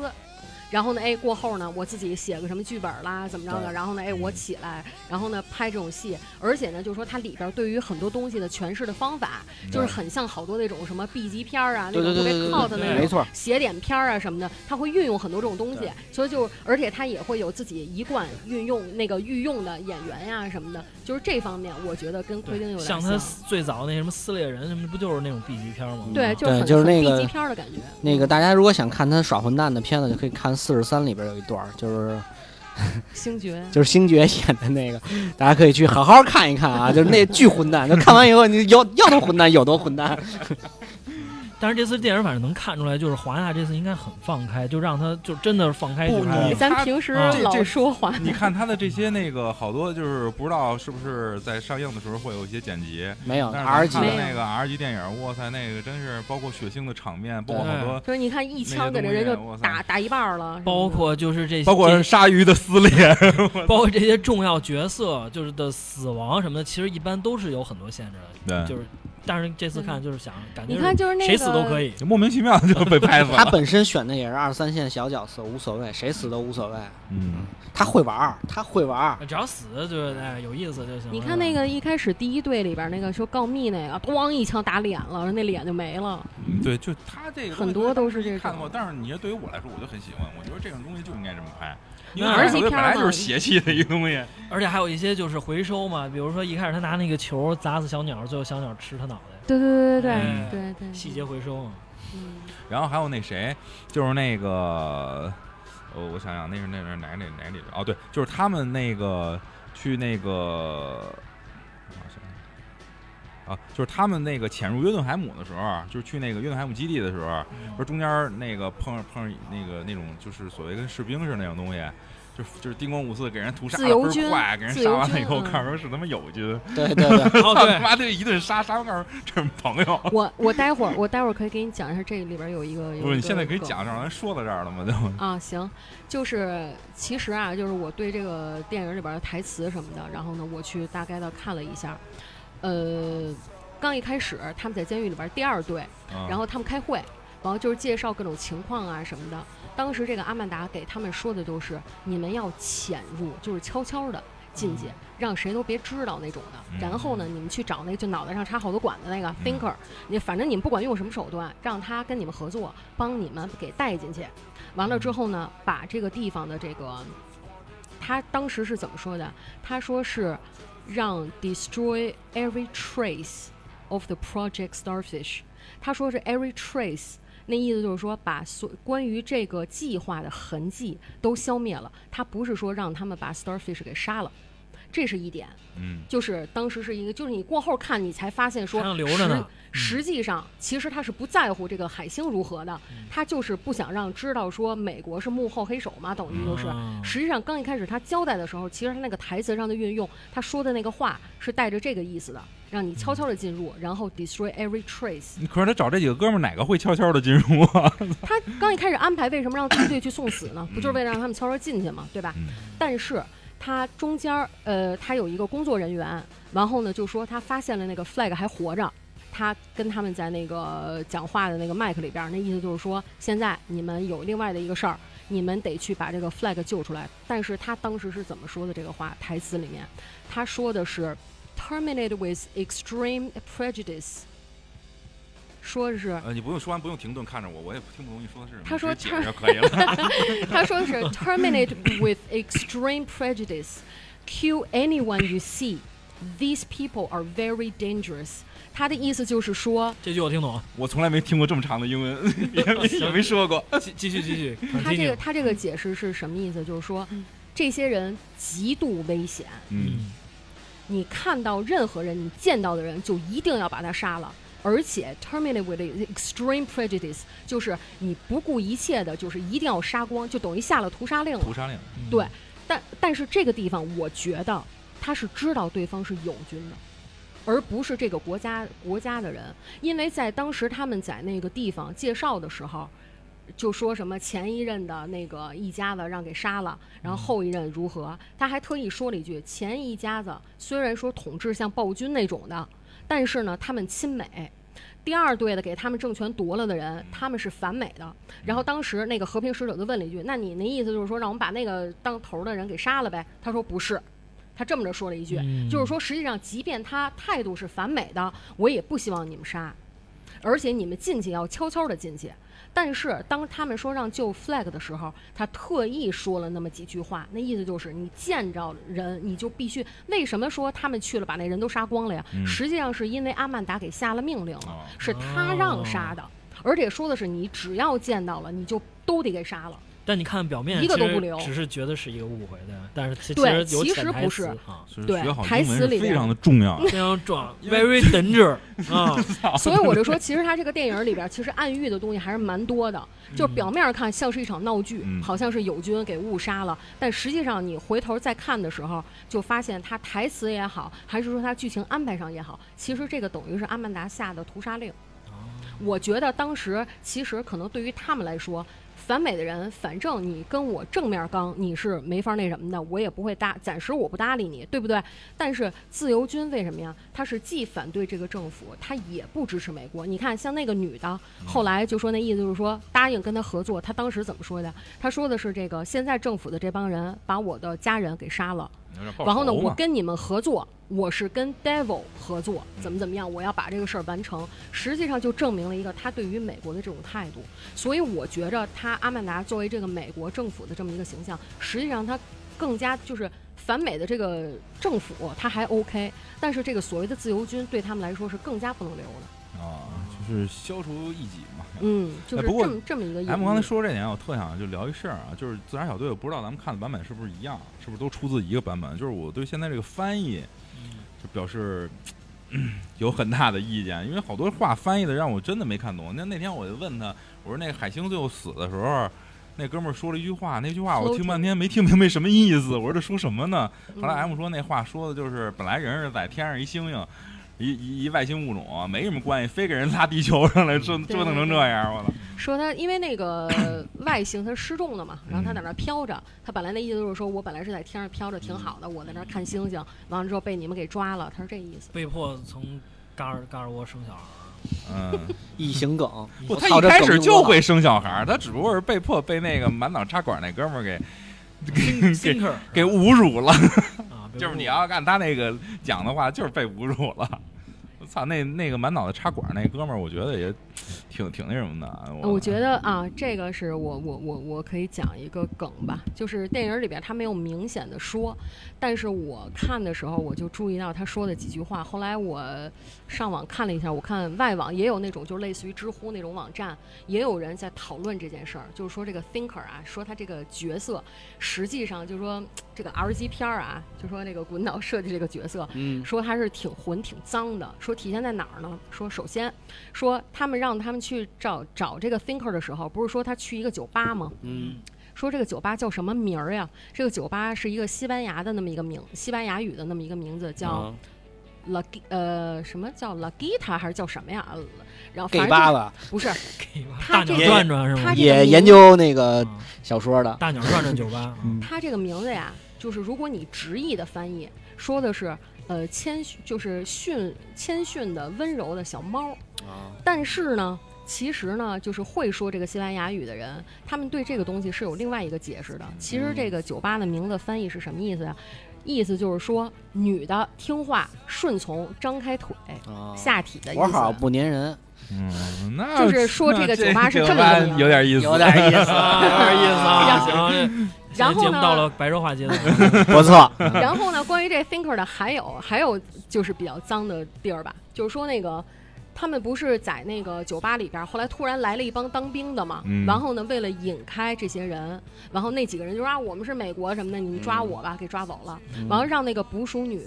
Speaker 5: 然后呢，哎，过后呢，我自己写个什么剧本啦，怎么着的？
Speaker 3: 对嗯
Speaker 5: 然后呢，哎，我起来，然后呢，拍这种戏，而且呢，就是说它里边对于很多东西的诠释的方法，就是很像好多那种什么 B 级片儿啊， 那
Speaker 3: 对
Speaker 5: 种
Speaker 3: 对
Speaker 5: 特
Speaker 3: 对
Speaker 5: 别
Speaker 3: 对
Speaker 5: 靠
Speaker 3: 对
Speaker 5: 的那
Speaker 3: 对，
Speaker 5: 种
Speaker 3: 没错，
Speaker 5: 写点片儿啊什么的，他会运用很多这种东西
Speaker 3: 对，
Speaker 5: 所以就而且他也会有自己一贯运用那个御用的演员呀、什么的，就是这方面我觉得跟奎丁有点
Speaker 4: 像他最早那什么撕裂人什么，不就是那种 B 级片吗？啊
Speaker 5: 对，就
Speaker 3: 对
Speaker 5: 很
Speaker 3: 就是那
Speaker 5: 很 B
Speaker 3: 个
Speaker 5: 级片儿的感觉。嗯
Speaker 3: 那个大家如果想看他耍混蛋的片子，就可以看四十三里边有一段儿，就是
Speaker 5: 星爵，
Speaker 3: 就是星爵演的那个，大家可以去好好看一看啊，就是那巨混蛋，就看完以后你有要多混蛋有多混蛋，
Speaker 4: 但是这次电影反正能看出来，就是华纳这次应该很放开，就让他就真的是放开
Speaker 2: 不
Speaker 4: 去拍
Speaker 2: 你
Speaker 4: 了。
Speaker 5: 咱平时
Speaker 4: 啊
Speaker 2: 这
Speaker 5: 老
Speaker 2: 这
Speaker 5: 说话，
Speaker 2: 你看他的这些那个好多就是不知道是不是在上映的时候会有一些剪辑，
Speaker 3: 没有
Speaker 2: 但
Speaker 3: R
Speaker 2: 是
Speaker 3: 级
Speaker 2: 咱看
Speaker 5: 嗯没
Speaker 2: 了
Speaker 5: 有
Speaker 2: 那个 R 级电影，哇塞，那个真是包括血腥的场面，包括好多，
Speaker 5: 就是你看一枪给这人
Speaker 2: 那些东西啊
Speaker 5: 就
Speaker 2: 我操
Speaker 5: 打打一半儿了，
Speaker 4: 包括就是这些，
Speaker 2: 包括
Speaker 4: 这
Speaker 2: 鲨鱼的撕裂，
Speaker 4: 包括这些重要角色就是的死亡什么的，其实一般都是有很多限制 的，
Speaker 2: 对，
Speaker 4: 就是，但是这次看就是想感觉
Speaker 5: 嗯你看就是那个
Speaker 4: 谁死都可以，
Speaker 2: 就莫名其妙就被拍死
Speaker 3: 他
Speaker 2: 了。
Speaker 3: 本身选的也是二三线小角色，无所谓，谁死都无所谓。
Speaker 2: 嗯，
Speaker 3: 他会玩儿，他会玩儿，
Speaker 4: 只要死就是哎有意思就行了。
Speaker 5: 你看那个一开始第一队里边那个说告密那个，咣一枪打脸了，那脸就没了。
Speaker 2: 嗯对，就他这个
Speaker 5: 很多都是这
Speaker 2: 看过，
Speaker 5: 种。
Speaker 2: 但是你觉得对于我来说，我就很喜欢，我觉得这种东西就应该这么拍，因为
Speaker 4: 那儿
Speaker 5: 级
Speaker 2: 我觉得本
Speaker 5: 片儿
Speaker 2: 来
Speaker 5: 嘛
Speaker 2: 就是邪气的一个东西。
Speaker 4: 而且还有一些就是回收嘛，比如说一开始他拿那个球砸死小鸟，最后小鸟吃他脑袋，
Speaker 5: 对对对对
Speaker 4: 嗯
Speaker 5: 对对对，
Speaker 4: 细节回收嘛。
Speaker 5: 嗯。
Speaker 2: 然后还有那谁，就是那个，呃，我想想，那是那是哪里哪里？哦，对，就是他们那个去那个，我想想啊，就是他们那个潜入约顿海姆的时候，啊就是去那个约顿海姆基地的时候，啊
Speaker 5: 嗯
Speaker 2: 不是中间那个碰上碰上那个那种就是所谓跟士兵似的那种东西。就是就是丁光五四给人屠杀
Speaker 5: 自
Speaker 2: 了，
Speaker 5: 由
Speaker 2: 倍
Speaker 5: 军
Speaker 2: 儿快，给人
Speaker 5: 自
Speaker 2: 杀
Speaker 5: 由
Speaker 2: 完了以
Speaker 5: 军
Speaker 2: 后，
Speaker 5: 嗯
Speaker 2: 看着说是他妈友 军，
Speaker 3: 对对 对，
Speaker 4: 哦
Speaker 2: 他
Speaker 4: 对，
Speaker 2: 妈的一顿杀，杀完告诉这是朋友。
Speaker 5: 我我待会儿我待会儿可以给你讲一下这里边有一个。有
Speaker 2: 不是，
Speaker 5: 一
Speaker 2: 你
Speaker 5: 个
Speaker 2: 现在可以
Speaker 5: 梗
Speaker 2: 讲，上，咱说到这儿了嘛，就
Speaker 5: 啊，行，就是其实啊，就是我对这个电影里边的台词什么的，然后呢，我去大概的看了一下，呃，刚一开始他们在监狱里边第二队，
Speaker 2: 嗯啊
Speaker 5: 然后他们开会，然后就是介绍各种情况啊什么的。当时这个阿曼达给他们说的就是你们要潜入，就是悄悄的进去，让谁都别知道那种的。然后呢，你们去找那个就脑袋上插好多管的那个 thinker，你反正你们不管用什么手段，让他跟你们合作，帮你们给带进去。完了之后呢，把这个地方的这个，他当时是怎么说的？他说是让 destroy every trace of the project starfish。他说是 every trace 那意思就是说，把所关于这个计划的痕迹都消灭了。他不是说让他们把 Starfish 给杀了，这是一点。
Speaker 2: 嗯，
Speaker 5: 就是当时是一个，就是你过后看，你才发现说
Speaker 4: 还想留着呢
Speaker 5: 实。实际上，其实他是不在乎这个海星如何的，
Speaker 4: 嗯
Speaker 5: 他就是不想让知道说美国是幕后黑手嘛，等于就是。
Speaker 4: 啊
Speaker 5: 实际上，刚一开始他交代的时候，其实他那个台词上的运用，他说的那个话是带着这个意思的，让你
Speaker 4: 嗯
Speaker 5: 悄悄的进入，然后 destroy every trace。
Speaker 2: 可是他找这几个哥们儿，哪个会悄悄的进入啊？
Speaker 5: 他刚一开始安排为什么让部队去送死呢？不就是为了让他们悄悄进去嘛，对吧？
Speaker 2: 嗯
Speaker 5: 但是他中间儿，呃，他有一个工作人员，然后呢就说他发现了那个 flag 还活着。他跟他们在那个讲话的那个麦克里边儿，那意思就是说，现在你们有另外的一个事儿，你们得去把这个 flag 救出来。但是他当时是怎么说的这个话？台词里面，他说的是 “terminate with extreme prejudice”，说的是
Speaker 2: 呃，你不用说完，不用停顿看着我，我也听不懂你说的是什么。
Speaker 5: 他说
Speaker 2: 直接解释就可以 了。
Speaker 5: 他说的是 terminate with extreme prejudice, kill anyone you see. These people are very dangerous. 他的意思就是说，
Speaker 4: 这句我听懂，
Speaker 2: 我从来没听过这么长的英 文，也没也没说过。
Speaker 4: 继继续继续。
Speaker 5: 他这
Speaker 4: continue
Speaker 5: 个他这个解释是什么意思？就是说，这些人极度危险，
Speaker 2: 嗯，
Speaker 5: 你看到任何人，你见到的人就一定要把他杀了。而且 terminate with extreme prejudice，就是你不顾一切的，就是一定要杀光，就等于下了屠杀令了
Speaker 2: 屠。杀令，
Speaker 4: 嗯
Speaker 5: 对，但但是这个地方，我觉得他是知道对方是友军的，而不是这个国家国家的人，因为在当时他们在那个地方介绍的时候。就说什么前一任的那个一家子让给杀了，然后后一任如何？他还特意说了一句：前一家子虽然说统治像暴君那种的，但是呢，他们亲美。第二队的给他们政权夺了的人，他们是反美的。然后当时那个和平使者就问了一句：“那你那意思就是说让我们把那个当头的人给杀了呗？”他说：“不是。”他这么着说了一句，
Speaker 4: 嗯
Speaker 5: 就是说实际上，即便他态度是反美的，我也不希望你们杀，而且你们进去要悄悄的进去。但是当他们说让救 flag 的时候，他特意说了那么几句话，那意思就是你见着人你就必须。为什么说他们去了把那人都杀光了呀？
Speaker 2: 嗯
Speaker 5: 实际上是因为阿曼达给下了命令了，
Speaker 2: 哦
Speaker 5: 是他让杀的，而且说的是你只要见到了你就都得给 杀了。
Speaker 4: 但你看表面
Speaker 5: 一个都
Speaker 4: 其实
Speaker 5: 不留
Speaker 4: 只是觉得是一个误会的，但是其
Speaker 5: 对
Speaker 4: 实有
Speaker 5: 其
Speaker 4: 潜
Speaker 5: 实
Speaker 4: 台
Speaker 5: 不
Speaker 4: 词
Speaker 5: 是
Speaker 4: 啊，
Speaker 2: 所以
Speaker 5: 对
Speaker 2: 学好
Speaker 5: 台
Speaker 2: 英文
Speaker 5: 词
Speaker 2: 是
Speaker 5: 里嗯
Speaker 2: 非
Speaker 5: 边
Speaker 2: 常的重要。
Speaker 4: 非常 壮，very danger 啊，
Speaker 2: 哦
Speaker 5: 所以我就说，其实他这个电影里边其实暗喻的东西还是蛮多的，就是表面看像是一场闹剧，
Speaker 2: 嗯
Speaker 5: 好像是友军给误杀了，但实际上你回头再看的时候，就发现他台词也好，还是说他剧情安排上也好，其实这个等于是阿曼达下的屠杀令。我觉得当时其实可能对于他们来说，反美的人，反正你跟我正面刚，你是没法那什么的，我也不会搭，暂时我不搭理你，对不对？但是自由军为什么呀？他是既反对这个政府，他也不支持美国。你看，像那个女的，后来就说那意思就是说答应跟他合作，他当时怎么说的？他说的是这个现在政府的这帮人把我的家人给杀了，
Speaker 2: 有点报
Speaker 5: 然后呢，
Speaker 2: 仇
Speaker 5: 我
Speaker 2: 嘛
Speaker 5: 跟你们合作，我是跟 Devil 合作，怎么怎么样，我要把这个事儿完成。实际上就证明了一个他对于美国的这种态度，所以我觉着他阿曼达作为这个美国政府的这么一个形象，实际上他更加就是反美的这个政府他还 OK，但是这个所谓的自由军对他们来说是更加不能留的。
Speaker 2: 啊，就是消除异己嘛。
Speaker 5: 嗯，就
Speaker 2: 哎
Speaker 5: 是
Speaker 2: 不过
Speaker 5: 这么这么一个意思。
Speaker 2: 咱们刚才说这点，我特想就聊一事儿啊，就是《自杀小队》，我不知道咱们看的版本是不是一样，是不是都出自一个版本？就是我对现在这个翻译，就表示 嗯有很大的意见，因为好多话翻译的让我真的没看懂。那那天我就问他，我说那海星最后死的时候。那哥们儿说了一句话，那句话我听半天没听明白什么意思。我说这说什么呢？
Speaker 5: 嗯
Speaker 2: 后来 M 说那话说的就是，本来人是在天上一星星，一一一外星物种，啊没什么关系，非给人拉地球上来折折腾成这样，我操！
Speaker 5: 说他因为那个外星他失重了嘛，然后他在那儿飘着，他本来那意思就是说我本来是在天上飘着挺好的，我在那儿看星星，完了之后被你们给抓了，他是这意思。
Speaker 4: 被迫从嘎尔嘎尔窝生小孩。
Speaker 2: 嗯。
Speaker 3: 异形梗，
Speaker 2: 不，
Speaker 3: 我
Speaker 2: 他
Speaker 3: 操
Speaker 2: 一
Speaker 3: 这
Speaker 2: 开
Speaker 3: 梗
Speaker 2: 始
Speaker 3: 用
Speaker 2: 就
Speaker 3: 了
Speaker 2: 会生小孩儿，他只不过是被迫被那个满脑插管那哥们儿给
Speaker 4: Thinker
Speaker 2: 给侮辱了。
Speaker 4: 啊，被
Speaker 2: 就是你
Speaker 4: 误
Speaker 2: 要按他那个讲的话，就是被侮辱了。我操，那那个满脑袋插管那哥们儿，我觉得也挺挺那什么的。
Speaker 5: 我觉得啊，这个是我我我我可以讲一个梗吧，就是电影里边他没有明显的说，但是我看的时候我就注意到他说的几句话。后来我上网看了一下，我看外网也有那种就类似于知乎那种网站，也有人在讨论这件事儿，就是说这个 Thinker 啊，说他这个角色实际上就是说这个 R 级片儿啊，就说那个滚导设计这个角色，
Speaker 3: 嗯，
Speaker 5: 说他是挺混、挺脏的。说体现在哪儿呢？说首先，说他们让他们去找找这个 thinker 的时候，不是说他去一个酒吧吗？
Speaker 3: 嗯，
Speaker 5: 说这个酒吧叫什么名儿呀？这个酒吧是一个西班牙的那么一个名，西班牙语的那么一个名字，叫
Speaker 3: 啊
Speaker 5: La Gui- 呃什么叫 La Gita 还是叫什么呀？然后
Speaker 3: gay
Speaker 5: 反正
Speaker 3: 吧
Speaker 5: 就
Speaker 3: 吧，
Speaker 5: 不是
Speaker 4: 给吧
Speaker 5: 他
Speaker 4: 大
Speaker 5: 这
Speaker 4: 鸟
Speaker 5: 个
Speaker 4: 转转是吗
Speaker 5: 他？这个
Speaker 3: 也
Speaker 5: 名
Speaker 3: 研究那个
Speaker 4: 啊
Speaker 3: 小说的，
Speaker 4: 大鸟转转酒吧，
Speaker 5: 他这个名字呀，就是如果你直译的翻译，说的是呃谦逊，就是驯谦逊的温柔的小猫儿。但是呢，其实呢，就是会说这个西班牙语的人，他们对这个东西是有另外一个解释的。其实这个酒吧的名字翻译是什么意思呀、啊意思就是说，女的听话、顺从、张开腿、
Speaker 3: 啊，
Speaker 5: 下体的意
Speaker 3: 活好
Speaker 5: 思。
Speaker 3: 不粘人，
Speaker 2: 嗯，那
Speaker 5: 就是说这
Speaker 2: 那
Speaker 5: 个
Speaker 2: 这
Speaker 5: 酒吧是
Speaker 2: 酒
Speaker 5: 这么
Speaker 2: 吧
Speaker 5: 一个
Speaker 2: 有点意思，
Speaker 3: 有点意思，
Speaker 4: 啊，有点意思啊！行，这
Speaker 5: 然后
Speaker 4: 节目
Speaker 5: 呢
Speaker 4: 到了嗯白热化阶段，
Speaker 3: 不错，
Speaker 5: 然后呢，关于这 thinker 的还有还有就是比较脏的地儿吧，就是说那个。他们不是在那个酒吧里边儿，后来突然来了一帮当兵的嘛，
Speaker 2: 嗯
Speaker 5: 然后呢，为了引开这些人，然后那几个人就说啊，我们是美国什么的，你们抓我吧，给抓走了。完了让那个捕鼠女，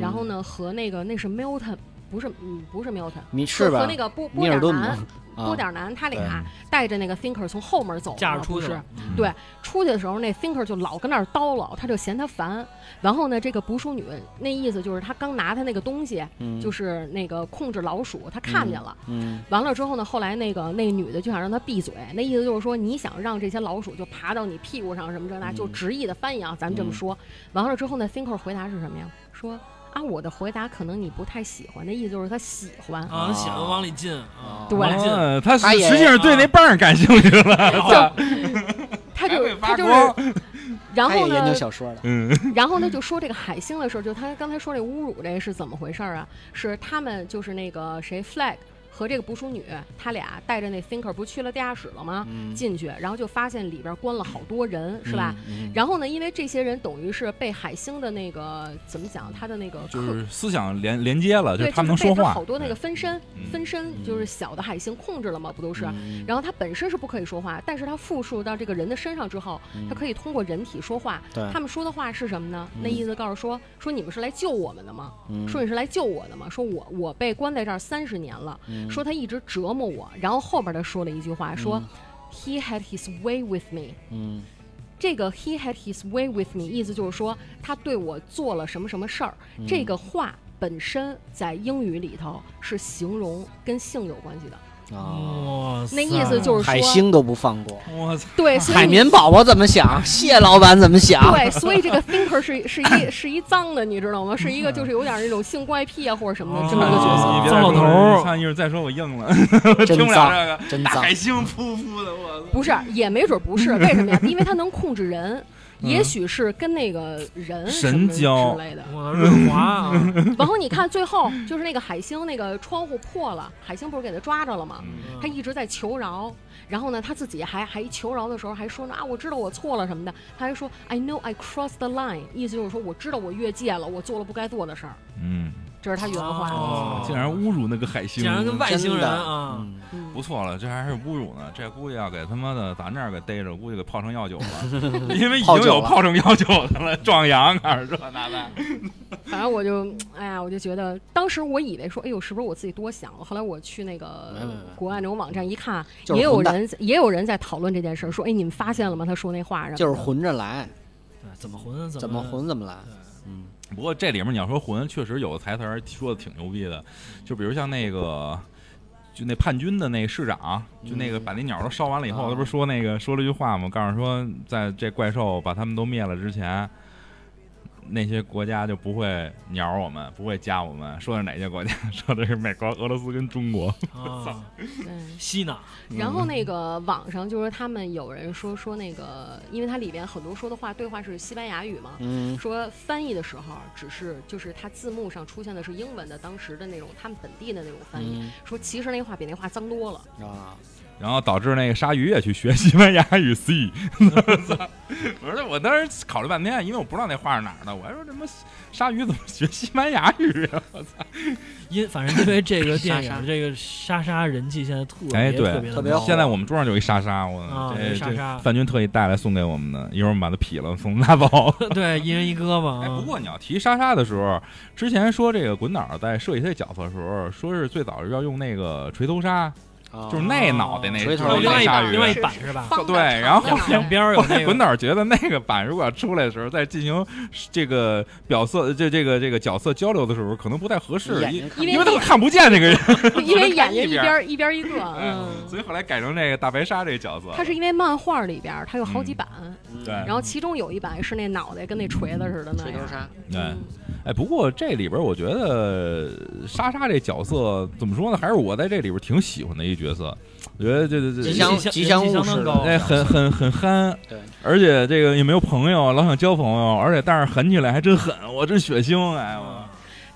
Speaker 5: 然后呢和那个那是 Milton，不是嗯不是 Milton，
Speaker 3: 你是
Speaker 5: 和
Speaker 3: 吧
Speaker 5: 那？个波波
Speaker 3: 米尔
Speaker 5: 点
Speaker 3: 顿
Speaker 5: 男
Speaker 3: 吗？
Speaker 5: 波
Speaker 3: 啊，
Speaker 5: 点男他俩带着那个 thinker 从后门走了，
Speaker 4: 嫁着出
Speaker 5: 哦不
Speaker 4: 去
Speaker 5: 是
Speaker 4: 了，
Speaker 2: 嗯
Speaker 5: 对，出去的时候，那 thinker 就老跟那儿叨唠，他就嫌他烦。然后呢，这个捕鼠女那意思就是，她刚拿她那个东西，
Speaker 3: 嗯
Speaker 5: 就是那个控制老鼠，她看见了。
Speaker 3: 嗯
Speaker 5: 完了之后呢，后来那个那女的就想让她闭嘴，那意思就是说，你想让这些老鼠就爬到你屁股上什么这那，就直译的翻译啊，咱们这么说。完了之后呢，thinker 回答是什么呀？说啊，我的回答可能你不太喜欢，那意思就是他喜欢。
Speaker 4: 啊，喜欢往里进
Speaker 3: 啊，
Speaker 4: 啊
Speaker 5: 对
Speaker 4: 往里进，
Speaker 2: 嗯，他
Speaker 3: 他也
Speaker 2: 实际上对那棒儿感兴趣了，
Speaker 5: 啊就他
Speaker 2: 还会
Speaker 5: 就
Speaker 2: 发
Speaker 5: 他就
Speaker 2: 光
Speaker 5: 是， 然
Speaker 3: 他也
Speaker 5: 后
Speaker 3: 研
Speaker 5: 呢
Speaker 3: 究，小说的，
Speaker 2: 嗯，
Speaker 5: 然后他就说这个海星的事儿，就他刚才说这侮辱这是怎么回事儿啊？是他们就是那个谁 flag 和这个捕鼠女，他俩带着那 thinker 不去了地下室了吗？
Speaker 2: 嗯
Speaker 3: 嗯
Speaker 5: 进去，然后就发现里边关了好多人，是嗯
Speaker 2: 嗯
Speaker 5: 吧？
Speaker 3: 嗯
Speaker 5: 然后呢，因为这些人等于是被海星的那个怎么讲，他的那个克
Speaker 2: 就是思想连连接了，就是
Speaker 5: 对，
Speaker 2: 他们能
Speaker 5: 就是被
Speaker 2: 说
Speaker 5: 他
Speaker 2: 话，
Speaker 5: 好多那个分身
Speaker 2: 嗯，
Speaker 5: 分身就是小的海星控制了嘛，不都是？然后他本身是不可以说话，但是他附属到这个人的身上之后，
Speaker 2: 嗯
Speaker 5: 他可以通过人体说话。
Speaker 3: 对
Speaker 5: 他们说的话是什么呢？那
Speaker 2: 嗯
Speaker 5: 意思告诉说说你们是来救我们的吗？说你是来救我的吗？说我我被关在这儿三十年了，
Speaker 2: 嗯
Speaker 5: 说他一直折磨我。然后后边他说了一句话，说 He had his way with me。
Speaker 3: 嗯
Speaker 5: 这个 he had his way with me，意思就是说他对我做了什么什么事儿。
Speaker 3: 嗯
Speaker 5: 这个话本身在英语里头是形容跟性有关系的，
Speaker 3: 啊，
Speaker 4: 哇塞，
Speaker 5: 那意思就是说，
Speaker 3: 海星都不放过，
Speaker 2: 我操，
Speaker 5: 对，所以
Speaker 3: 海
Speaker 5: 你
Speaker 3: 绵宝宝啊怎么想？蟹老板怎么想？
Speaker 5: 对，所以这个 thinker 是 是一是一脏的，你知道吗？是
Speaker 3: 嗯
Speaker 5: 一个就是有点那种性怪癖啊或者什
Speaker 3: 哦
Speaker 5: 么的这么一个 角
Speaker 2: 啊你别
Speaker 5: 色。
Speaker 4: 糟
Speaker 2: 再
Speaker 4: 老
Speaker 2: 说
Speaker 4: 头
Speaker 2: 了
Speaker 4: 儿
Speaker 2: 你看一会儿再说我硬了，
Speaker 3: 真
Speaker 2: 听不了这
Speaker 3: 脏，
Speaker 2: 个。
Speaker 3: 真
Speaker 2: 大
Speaker 3: 脏，
Speaker 2: 海星噗噗的，我操！
Speaker 5: 不是，也没准不是，为什么呀？因为他能控制人，
Speaker 3: 嗯
Speaker 5: 也许是跟那个人
Speaker 2: 神
Speaker 5: 什么
Speaker 2: 交
Speaker 5: 之类的。
Speaker 4: 我润滑 啊，
Speaker 5: 然后你看最后就是那个海星那个窗户破了，海星不是给他抓着了吗？
Speaker 3: 嗯
Speaker 5: 他一直在求饶，然后呢，他自己还还求饶的时候还说呢啊，我知道我错了什么的，他还说 I know I crossed the line，意思就是说我知道我越界了，我做了不该做的事儿，
Speaker 2: 嗯，
Speaker 5: 这是他原话。
Speaker 4: 哦
Speaker 2: 竟然侮辱那个海星，
Speaker 4: 竟然跟外星人啊，
Speaker 3: 嗯
Speaker 5: 嗯
Speaker 2: 不错了，这还是侮辱呢，这估计要给他妈的咱这儿给逮着，估计给泡成药酒了， 因为已经
Speaker 3: 泡酒
Speaker 2: 有
Speaker 3: 了
Speaker 2: 泡成药酒的了，壮阳开始这那的。
Speaker 5: 反正我就，哎呀，我就觉得，当时我以为说，哎呦，是不是我自己多想了？后来我去那个
Speaker 3: 没没没
Speaker 5: 国外那种网站一看，
Speaker 3: 就是
Speaker 5: 也有
Speaker 3: 混蛋
Speaker 5: 人也有人在讨论这件事儿，说，哎，你们发现了吗？他说那话什么的
Speaker 3: 就是混着来，
Speaker 4: 对怎么混
Speaker 3: 怎么混怎么来，
Speaker 2: 不过这里面你要说混，确实有的台词儿说的挺牛逼的，就比如像那个。就那叛军的那市长，就那个把那鸟都烧完了以后，
Speaker 3: 啊
Speaker 2: 他不是说那个说了句话吗？告诉说，在这怪兽把他们都灭了之前，那些国家就不会鸟我们，不会加我们。说的哪些国家？ 说的是美国、俄罗斯跟中国。
Speaker 4: 啊，
Speaker 5: 嗯。
Speaker 4: 吸纳
Speaker 5: 然后那个网上就是他们有人说说那个，因为它里边很多说的话对话是西班牙语嘛，
Speaker 3: 嗯，
Speaker 5: 说翻译的时候只是就是它字幕上出现的是英文的当时的那种他们本地的那种翻译，
Speaker 3: 嗯
Speaker 5: 说其实那话比那话脏多了。
Speaker 3: 啊，
Speaker 2: 然后导致那个鲨鱼也去学西班牙语 C。我说我当时考虑半天，因为我不知道那画是哪儿的，我还说什么鲨鱼怎么学西班牙语啊？我操！
Speaker 4: 因反正因为这 个
Speaker 3: 莎
Speaker 4: 电
Speaker 3: 莎
Speaker 4: 影，这个莎莎人气现在特别
Speaker 2: 哎对
Speaker 4: 特别地
Speaker 3: 特别
Speaker 4: 高
Speaker 3: 火
Speaker 2: 现在我们桌上有一莎莎，我、
Speaker 4: 哦啊
Speaker 2: 这
Speaker 4: 有莎莎
Speaker 2: 这范军特意带来送给我们的，一会儿我们把它劈了送拿 走。
Speaker 4: 对一人一胳膊
Speaker 2: 哎，
Speaker 4: 啊。
Speaker 2: 不过你要提莎莎的时候，之前说这个滚导在设计这角色的时候，说是最早是要用那个锤头鲨，
Speaker 3: 啊
Speaker 2: 就是那脑袋那
Speaker 3: 锤头
Speaker 2: 就是
Speaker 4: 嗯另
Speaker 2: 那
Speaker 4: 外一
Speaker 2: 鲨
Speaker 4: 版，
Speaker 2: 鱼。
Speaker 4: 另外一
Speaker 5: 是
Speaker 4: 版是
Speaker 3: 啊
Speaker 4: 吧？
Speaker 5: 方的
Speaker 2: 对
Speaker 5: 长的
Speaker 2: 然后
Speaker 5: 脑袋
Speaker 4: 两边哦儿有
Speaker 2: 后
Speaker 4: 那
Speaker 2: 来
Speaker 4: 个
Speaker 2: 滚导觉得那个版如果要出来的时候，在进行这个角色这这个这个角色交流的时候，可能不太合适，
Speaker 3: 眼
Speaker 2: 因
Speaker 3: 睛看
Speaker 5: 因
Speaker 2: 因为他
Speaker 5: 那
Speaker 2: 们看不见这个人，
Speaker 5: 因为眼睛
Speaker 2: 一
Speaker 5: 一
Speaker 2: 边
Speaker 5: 边儿一边儿一个，
Speaker 2: 哎
Speaker 5: 嗯，
Speaker 2: 所以后来改成这个大白鲨这个角色。
Speaker 5: 它是因为漫画里边儿它有好几
Speaker 2: 嗯
Speaker 5: 版，
Speaker 3: 嗯
Speaker 2: 对
Speaker 5: 然后其中有一版是那脑袋跟那锤子似的那
Speaker 3: 锤头
Speaker 5: 样。
Speaker 3: 鲨，
Speaker 2: 哎
Speaker 5: 嗯，
Speaker 2: 哎，不过这里边我觉得莎莎这角色怎么说呢，还是我在这里边挺喜欢的一角色，我觉得这这这
Speaker 3: 吉
Speaker 4: 人
Speaker 3: 祥
Speaker 4: 气相
Speaker 3: 吉祥
Speaker 4: 人气
Speaker 3: 物
Speaker 4: 相
Speaker 3: 似
Speaker 4: 当
Speaker 3: 的
Speaker 4: 高，
Speaker 2: 哎，很很很憨，
Speaker 3: 对，
Speaker 2: 而且这个也没有朋友，老想交朋友，而且但是狠起来还真狠，我真血腥，哎我，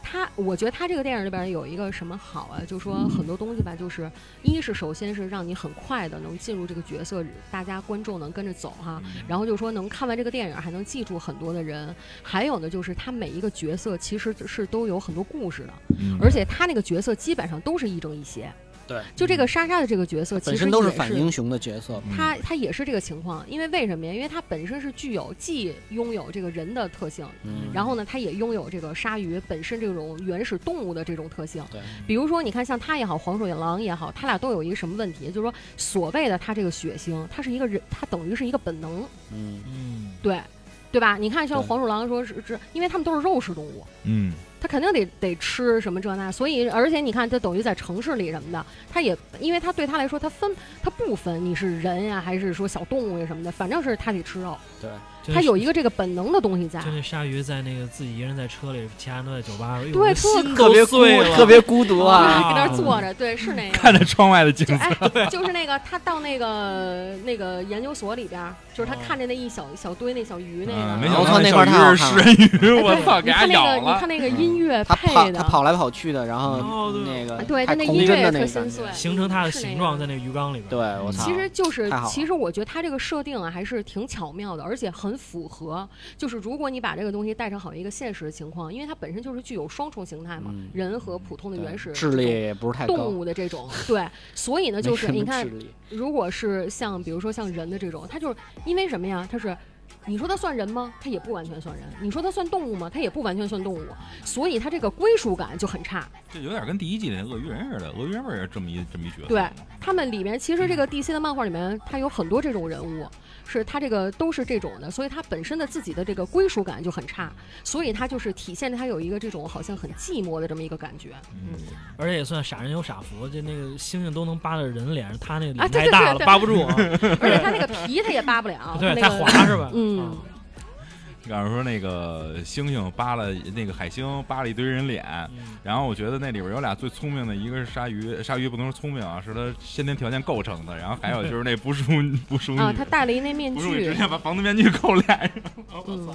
Speaker 5: 他，我觉得他这个电影里边有一个什么好啊？就说很多东西吧，就是一是首先是让你很快的能进入这个角色，大家观众能跟着走哈。然后就说能看完这个电影还能记住很多的人，还有呢就是他每一个角色其实是都有很多故事的，
Speaker 2: 嗯
Speaker 5: 而且他那个角色基本上都是亦正亦邪。
Speaker 3: 对，
Speaker 5: 就这个莎莎的这个角色其
Speaker 3: 本
Speaker 5: 实
Speaker 3: 身都是
Speaker 5: 也
Speaker 3: 反英雄的角色，
Speaker 5: 他他也是这个情况，因为为什么呀？因为他本身是具有既拥有这个人的特性，
Speaker 3: 嗯，
Speaker 5: 然后呢，它也拥有这个鲨鱼本身这种原始动物的这种特性。
Speaker 3: 对，
Speaker 5: 比如说，你看像它也好，黄鼠狼也好，它俩都有一个什么问题？就是说，所谓的它这个血腥，它是一个人，它等于是一个本能，
Speaker 3: 嗯，
Speaker 4: 嗯，
Speaker 5: 对，对吧？你看像
Speaker 3: 对
Speaker 5: 黄鼠狼说是是，因为它们都是肉食动物，
Speaker 2: 嗯，
Speaker 5: 它肯定得得吃什么这那，所以而且你看，它等于在城市里什么的，它也因为它对它来说，它分它不分你是人呀、还是说小动物呀什么的，反正是它得吃肉，
Speaker 3: 对，
Speaker 4: 就
Speaker 5: 它
Speaker 4: 是
Speaker 5: 有一个这个本能的东西在
Speaker 4: 就。那鲨鱼在那个自己一人在车里，其他人都在酒吧，哎呦
Speaker 5: 对
Speaker 4: 我的
Speaker 5: 特
Speaker 4: 心
Speaker 3: 特
Speaker 4: 都
Speaker 3: 别孤
Speaker 4: 碎了，
Speaker 3: 特别孤独啊，
Speaker 5: 在那儿坐着，对，是那样。
Speaker 2: 看着窗外的景
Speaker 5: 就
Speaker 2: 色，
Speaker 5: 哎，就是那个他到那个那个研究所里边儿，就是他
Speaker 4: 哦
Speaker 5: 看着那一小小堆那小鱼那个，
Speaker 2: 嗯，没
Speaker 5: 哎
Speaker 2: 想
Speaker 3: 我
Speaker 2: 到
Speaker 3: 操那
Speaker 2: 小
Speaker 3: 块儿太
Speaker 2: 鱼
Speaker 3: 好
Speaker 2: 是
Speaker 3: 看
Speaker 2: 食
Speaker 3: 了
Speaker 2: 人鱼，
Speaker 5: 对
Speaker 2: 我操，给
Speaker 5: 你
Speaker 2: 它
Speaker 5: 看那
Speaker 2: 咬
Speaker 5: 个，你
Speaker 2: 了嗯
Speaker 5: 看。那个音乐
Speaker 3: 他跑
Speaker 5: 配
Speaker 3: 他
Speaker 5: 的，啊
Speaker 3: 跑来跑去的，然后
Speaker 4: 哦对
Speaker 3: 那个
Speaker 5: 对，
Speaker 3: 呃太
Speaker 5: 他那
Speaker 3: 空
Speaker 5: 音
Speaker 3: 军
Speaker 5: 乐
Speaker 3: 的
Speaker 5: 也
Speaker 3: 那
Speaker 5: 特
Speaker 3: 个
Speaker 5: 心
Speaker 3: 感
Speaker 5: 碎
Speaker 3: 觉，。
Speaker 4: 形成它的
Speaker 5: 是那
Speaker 4: 形
Speaker 5: 样
Speaker 4: 状在那个鱼缸里边。啊
Speaker 3: 对，我操，
Speaker 5: 其实就是
Speaker 3: 太好，了
Speaker 5: 其实我觉得它这个设定啊，还是挺巧妙的，而且很符合。就是如果你把这个东西带上好一个现实的情况，因为它本身就是具有双重形态嘛，
Speaker 3: 嗯
Speaker 5: 人和普通的
Speaker 3: 对
Speaker 5: 原始
Speaker 3: 智力也不是太高，
Speaker 5: 动物的这 种，对，所以呢，
Speaker 3: 没
Speaker 5: 就是
Speaker 3: 什么
Speaker 5: 你看
Speaker 3: 智，力
Speaker 5: 如果是像比如说像人的这种，它就是因为什么呀？它是，你说它算人吗？它也不完全算人。你说它算动物吗？它也不完全算动物。所以它这个归属感就很差。
Speaker 2: 这有点跟第一季那鳄鱼人似的，鳄鱼人不是也这么一这么一角色
Speaker 5: 对
Speaker 2: 吗
Speaker 5: 他们里面其实这个 DC 的漫画里面，它有很多这种人物，是它这个都是这种的，所以它本身的自己的这个归属感就很差，所以它就是体现它有一个这种好像很寂寞的这么一个感觉。嗯，
Speaker 4: 而且也算傻人有傻福，就那个星星都能扒到人脸上，他那个
Speaker 5: 啊
Speaker 4: 脸
Speaker 5: 对
Speaker 4: 太大了，
Speaker 5: 对对对
Speaker 4: 扒不住啊，
Speaker 5: 而且它那个皮它也扒不了，
Speaker 4: 对，太
Speaker 5: 它那个
Speaker 4: 滑是吧？
Speaker 5: 嗯
Speaker 4: 啊，
Speaker 2: 比方说那个猩猩扒了那个海星扒了一堆人脸，
Speaker 4: 嗯
Speaker 2: 然后我觉得那里边有俩最聪明的，一个是鲨鱼，鲨鱼不能说聪明啊，是它先天条件构成的，然后还有就是那捕鼠捕鼠女，
Speaker 5: 啊，它戴了一那面
Speaker 2: 捕鼠女
Speaker 5: 具
Speaker 2: 直，接把防毒面具扣脸上，
Speaker 5: 嗯，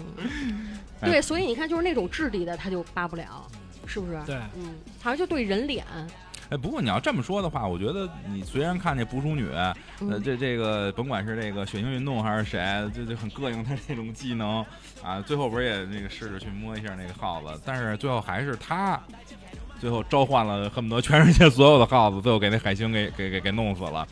Speaker 2: 哎
Speaker 5: 对，所以你看，就是那种质地的，他就扒不了，是不是？
Speaker 4: 对，
Speaker 5: 嗯，好像就对人脸，
Speaker 2: 哎，不过你要这么说的话，我觉得你虽然看这捕鼠女，呃，
Speaker 5: 嗯，
Speaker 2: 这这个甭管是这个血腥运动还是谁，就就很膈应她这种技能啊，最后不是也那个试着去摸一下那个耗子，但是最后还是她。最后召唤了恨不得全世界所有的耗子，最后给那海星给给给给弄死了。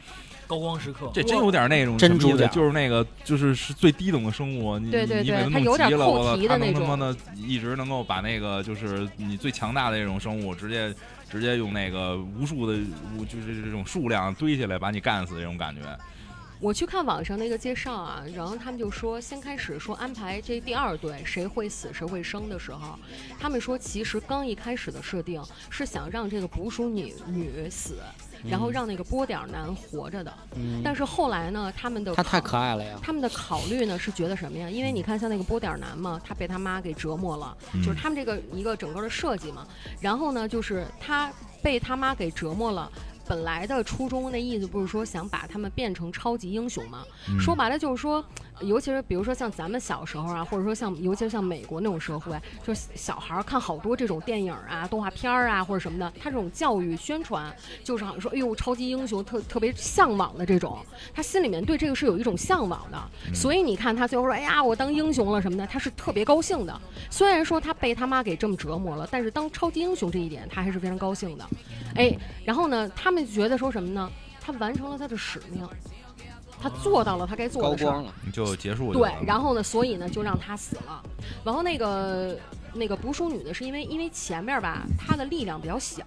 Speaker 4: 高光时刻，
Speaker 2: 这真有点那种
Speaker 3: 真
Speaker 2: 什么意思
Speaker 3: 主角
Speaker 2: 就是那个就是是最低等的生物，你
Speaker 5: 对对
Speaker 2: 你你
Speaker 5: 对
Speaker 2: 给它
Speaker 5: 它
Speaker 2: 弄
Speaker 5: 有点
Speaker 2: 急了，
Speaker 5: 扣
Speaker 2: 我操，
Speaker 5: 题
Speaker 2: 它
Speaker 5: 的
Speaker 2: 能
Speaker 5: 那
Speaker 2: 他
Speaker 5: 种
Speaker 2: 妈的一直能够把那个就是你最强大的这种生物直接直接用那个无数的无就是这种数量堆起来把你干死这种感觉。
Speaker 5: 我去看网上那个介绍啊，然后他们就说，先开始说安排这第二对谁会死谁会生的时候，他们说其实刚一开始的设定是想让这个捕鼠女女死，然后让那个波点儿男活着的。
Speaker 3: 嗯，
Speaker 5: 但是后来呢，他们的
Speaker 3: 他太
Speaker 5: 考
Speaker 3: 可爱了呀，
Speaker 5: 他们的考虑呢是觉得什么呀？因为你看，像那个波点儿男嘛，他被他妈给折磨了，
Speaker 2: 嗯
Speaker 5: 就是他们这个一个整个的设计嘛。然后呢，就是他被他妈给折磨了。本来的初衷那意思不是说想把他们变成超级英雄吗？
Speaker 2: 嗯
Speaker 5: 说白了就是说，呃尤其是比如说像咱们小时候啊，或者说像尤其是像美国那种社会，就是小孩儿看好多这种电影啊、动画片儿啊或者什么的，他这种教育宣传就是好像说，哎呦，超级英雄特特别向往的这种，他心里面对这个是有一种向往的，所以你看他最后说，哎呀，我当英雄了什么的，他是特别高兴的。虽然说他被他妈给这么折磨了，但是当超级英雄这一点，他还是非常高兴的。哎，然后呢，他们觉得说什么呢？他完成了他的使命，他做到了他该做
Speaker 3: 高
Speaker 5: 的事儿
Speaker 3: 光。了，
Speaker 2: 就结束就
Speaker 5: 对
Speaker 2: 完了。，
Speaker 5: 然后呢，所以呢，就让他死了。然后那个那个捕鼠女呢，是因为因为前面吧，她的力量比较小，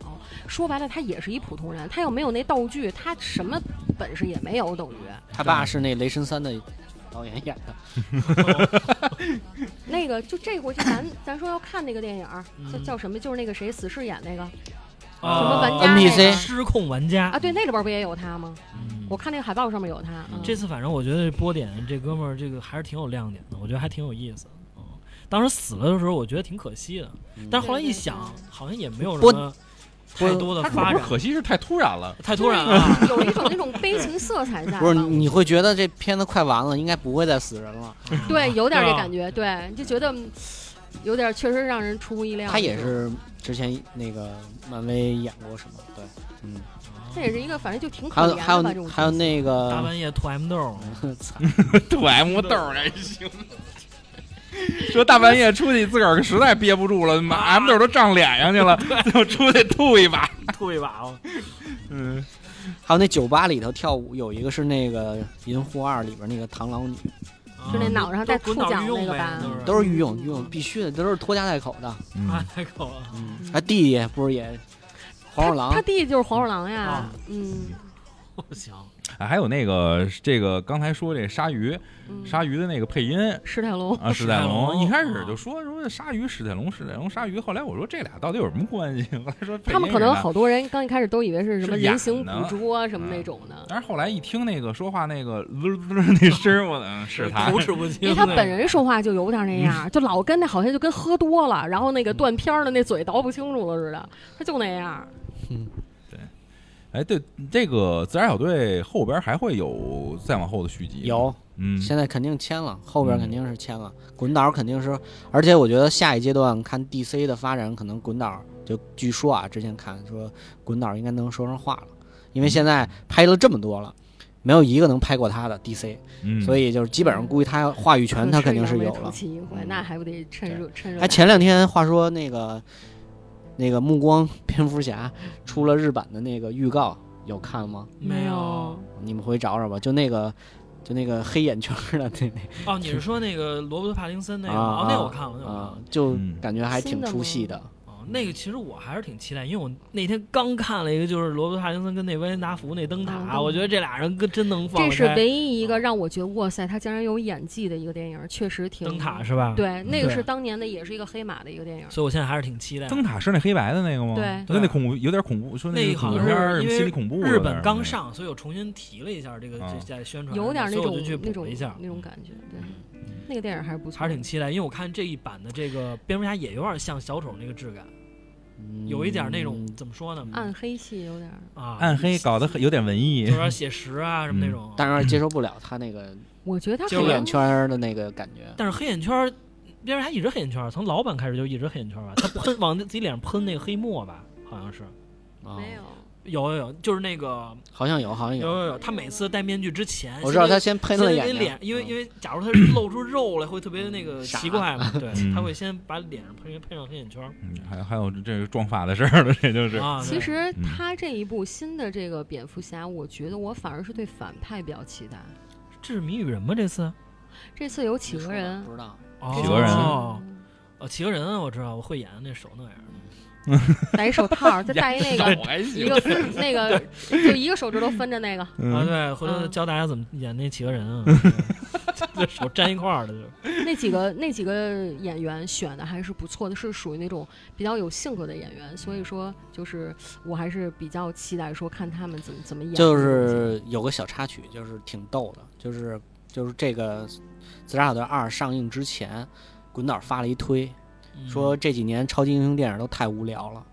Speaker 5: 说白了，她也是一普通人，她又没有那道具，她什么本事也没有，等于
Speaker 3: 他爸是那雷神三的导演演的，
Speaker 5: 那个就这回就咱咱说要看那个电影儿，叫
Speaker 4: 嗯
Speaker 5: 叫什么？就是那个谁，死侍演那个
Speaker 4: 啊
Speaker 5: 什么玩家那
Speaker 3: NPC
Speaker 5: 个
Speaker 4: 失控玩家
Speaker 5: 啊？对，那里边不也有他吗？
Speaker 4: 嗯
Speaker 5: 我看那个海报上面有他。嗯
Speaker 4: 这次反正我觉得波点这哥们儿这个还是挺有亮点的，我觉得还挺有意思的。嗯，当时死了的时候，我觉得挺可惜的，但是后来一想，好像也没有什
Speaker 3: 波
Speaker 4: 么太多的
Speaker 2: 他主
Speaker 4: 发
Speaker 2: 要不
Speaker 4: 展
Speaker 2: 是，可惜是太突然 了，
Speaker 4: 太
Speaker 5: 就
Speaker 4: 突
Speaker 5: 是
Speaker 4: 然啊了。
Speaker 5: 有一种那种悲情色彩在吧。
Speaker 3: 不是你会觉得这片子快完了，应该不会再死人了。
Speaker 5: 对，有点
Speaker 4: 对
Speaker 5: 这
Speaker 4: 吧
Speaker 5: 感觉，对，就觉得嗯有点确实让人出乎意料。
Speaker 3: 他也，是之前那个漫威演过什么？对，嗯，
Speaker 5: 这也是一个反正就挺可
Speaker 3: 还有
Speaker 5: 怜
Speaker 3: 还
Speaker 5: 的吧，这
Speaker 3: 有
Speaker 5: 种
Speaker 3: 还有
Speaker 5: 角色
Speaker 3: 那
Speaker 4: 啊大
Speaker 3: 个，
Speaker 4: 半夜吐 M 豆，
Speaker 3: 操
Speaker 2: 吐 M 豆儿还行。 说大半夜出去，自个儿实在憋不住 了，妈 M 豆儿都胀脸上去了，就出去吐一把。
Speaker 4: 吐一把哦。
Speaker 2: 嗯，
Speaker 3: 还有那酒吧里头跳舞，有一个是那个《银护二》里边那个螳螂女，
Speaker 5: 就那脑袋上带
Speaker 4: 啊都是
Speaker 5: 触
Speaker 4: 滚
Speaker 5: 角
Speaker 4: 脑御
Speaker 5: 那
Speaker 4: 用
Speaker 5: 个
Speaker 4: 呗
Speaker 5: 吧
Speaker 4: 都
Speaker 3: 都是御用御用必须的，都是拖家带口的。
Speaker 4: 啊，太狗了。
Speaker 3: 嗯
Speaker 5: 嗯，
Speaker 3: 哎，弟弟不是也黄鼠
Speaker 5: 他
Speaker 3: 狼？
Speaker 5: 弟弟就是黄鼠狼呀
Speaker 4: 啊，
Speaker 5: 嗯
Speaker 4: 不行，
Speaker 2: 哎还有那个这个刚才说这鲨鱼，
Speaker 5: 嗯，
Speaker 2: 鲨鱼的那个配音
Speaker 5: 史泰
Speaker 4: 哦
Speaker 5: 龙，
Speaker 2: 啊，史泰
Speaker 4: 史泰
Speaker 2: 龙
Speaker 4: 龙
Speaker 2: 一开始就说说鲨鱼史泰龙史泰龙鲨鱼，后来我说这俩到底有什么关系？ 后来说配音
Speaker 5: 他们可能
Speaker 2: 是啊
Speaker 5: 好多人刚一开始都以为是什么
Speaker 2: 是演
Speaker 5: 人形捕
Speaker 2: 的
Speaker 5: 捉啊什么
Speaker 2: 嗯
Speaker 5: 那种的，
Speaker 2: 但是后来一听那个说话那个滋滋滋那声儿，我嗯是 他，
Speaker 4: 口齿不清。
Speaker 5: 因为他本人说话就有点那样，就老跟那好像就跟喝多了，然后那个断片儿的那嘴倒不清楚了似的，他就那样。
Speaker 2: 哎，对，这个自杀小队后边还会有再往后的续集，，
Speaker 3: 有，
Speaker 2: 嗯，
Speaker 3: 现在肯定签了，后边肯定是签了。滚岛肯定是，而且我觉得下一阶段看 DC 的发展，可能滚岛就据说啊，之前看说滚岛应该能说上话了，
Speaker 2: 嗯
Speaker 3: 因为现在拍了这么多了。没有一个能拍过他的 DC，、
Speaker 2: 嗯，
Speaker 3: 所以就是基本上估计他话语权他肯定是有
Speaker 5: 可
Speaker 3: 了
Speaker 5: 嗯是扬眉吐。气一回，那还不得趁热趁热打？
Speaker 3: 哎，前两天话说那个那个目光 蝙蝠侠出了日版的那个预告，有看吗？
Speaker 5: 没有。
Speaker 3: 你们回找找吧，就那个就那个黑眼圈儿的那
Speaker 4: 哦，你是说那个罗伯特·帕丁森那个
Speaker 3: 啊
Speaker 4: 吗？哦，那我
Speaker 3: 啊
Speaker 4: 看过，那我看
Speaker 3: 啊
Speaker 4: 过。，
Speaker 3: 就
Speaker 2: 嗯
Speaker 3: 感觉还
Speaker 5: 新
Speaker 3: 挺
Speaker 5: 的
Speaker 3: 出
Speaker 5: 吗
Speaker 3: 戏的。
Speaker 4: 哦，那个其实我还是挺期待，因为我那天刚看了一个，就是罗伯特·帕丁森跟那维恩达福那灯
Speaker 5: 嗯
Speaker 4: 塔，
Speaker 5: 灯
Speaker 4: 我觉得这俩人跟真能放
Speaker 5: 这
Speaker 4: 得
Speaker 5: 是
Speaker 4: 开。嗯
Speaker 5: 唯一一个让我觉得哇塞，他竟然有演技的一个电影，确实挺
Speaker 4: 灯塔。是吧？。
Speaker 5: 对，那个
Speaker 4: 对
Speaker 5: 是当年的，也是一个黑马的一个电影。
Speaker 4: 所以我现在还是挺期待的。
Speaker 2: 灯塔是那黑白的那个吗？
Speaker 5: 对
Speaker 2: 就那恐怖有点恐怖，说
Speaker 4: 那
Speaker 2: 个恐
Speaker 4: 好
Speaker 2: 怖
Speaker 4: 像
Speaker 2: 片儿什
Speaker 4: 是因
Speaker 2: 么
Speaker 4: 为
Speaker 2: 心理恐怖，
Speaker 4: 日本刚，上，所以我重新提了一下这个
Speaker 2: 啊
Speaker 4: 这在宣传，
Speaker 5: 有点那
Speaker 4: 所以我
Speaker 5: 种
Speaker 4: 就去
Speaker 5: 那
Speaker 4: 补
Speaker 5: 种
Speaker 4: 了一下，嗯
Speaker 5: 那种感觉，对，那个电影还是不错，
Speaker 4: 还是挺期待，因为我看这一版的这个蝙蝠侠也有点像小丑那个质感，有一点那种
Speaker 3: 嗯
Speaker 4: 怎么说呢
Speaker 5: 暗黑系有点儿，
Speaker 4: 啊，
Speaker 2: 暗黑搞得很嗯有点文
Speaker 4: 就
Speaker 2: 艺
Speaker 4: 有，点写实啊什么那种。
Speaker 3: 但是有点接受不了他那个
Speaker 5: 我觉得他
Speaker 4: 就
Speaker 5: 可
Speaker 4: 是
Speaker 3: 黑
Speaker 5: 能
Speaker 3: 眼圈儿的那个感觉。
Speaker 4: 但是黑眼圈儿，蝙蝠侠一直黑眼圈儿，从老版开始就一直黑眼圈儿吧，他 喷往自己脸上喷那个黑墨吧，好像是
Speaker 3: 啊
Speaker 5: 没有，
Speaker 4: 有有有，就是那个
Speaker 3: 好像有，好像
Speaker 4: 有
Speaker 3: 有。
Speaker 4: 有有，他每次戴面具之前，
Speaker 3: 哎我知道
Speaker 4: 先
Speaker 3: 他先
Speaker 4: 先
Speaker 3: 喷了
Speaker 4: 给
Speaker 3: 眼睛，
Speaker 4: 脸，因为
Speaker 3: 嗯
Speaker 4: 因为假如他露出肉来，会特别那个
Speaker 3: 傻
Speaker 4: 奇怪嘛，对
Speaker 2: 嗯，
Speaker 4: 他会先把脸上喷配上黑眼圈儿
Speaker 2: 嗯还有还有这个撞发的事儿了，这就是
Speaker 4: 啊。对
Speaker 5: 其实
Speaker 2: 嗯
Speaker 5: 他这一部新的这个蝙蝠侠，我觉得我反而是对反派比较期待。
Speaker 4: 这是谜语人吗？这次
Speaker 5: 这次有企
Speaker 3: 你说
Speaker 5: 鹅
Speaker 3: 吧
Speaker 5: 人嗯
Speaker 3: 不，知道，
Speaker 4: 哦
Speaker 2: 企鹅人
Speaker 4: 啊哦，企鹅人我知道，我会演那手那玩意儿。
Speaker 5: 戴一手套，再戴一那个
Speaker 2: 我还
Speaker 5: 一
Speaker 2: 行
Speaker 5: 个那个，就一个手指头分着那个，
Speaker 4: 啊，
Speaker 2: 嗯
Speaker 4: 对，回头
Speaker 5: 嗯
Speaker 4: 教大家怎么演那企 鹅人啊，这手粘一块儿的就。
Speaker 5: 那几个那几个演员选的还是不错的，是属于那种比较有性格的演员，所以说就是我还是比较期待说看他们怎么怎么演这
Speaker 3: 就
Speaker 5: 个东西。
Speaker 3: 是有个小插曲，就是挺逗的，就是就是这个《自杀小队二》上映之前，滚导发了一推，
Speaker 4: 嗯
Speaker 3: 说这几年超级英雄电影都太无聊了。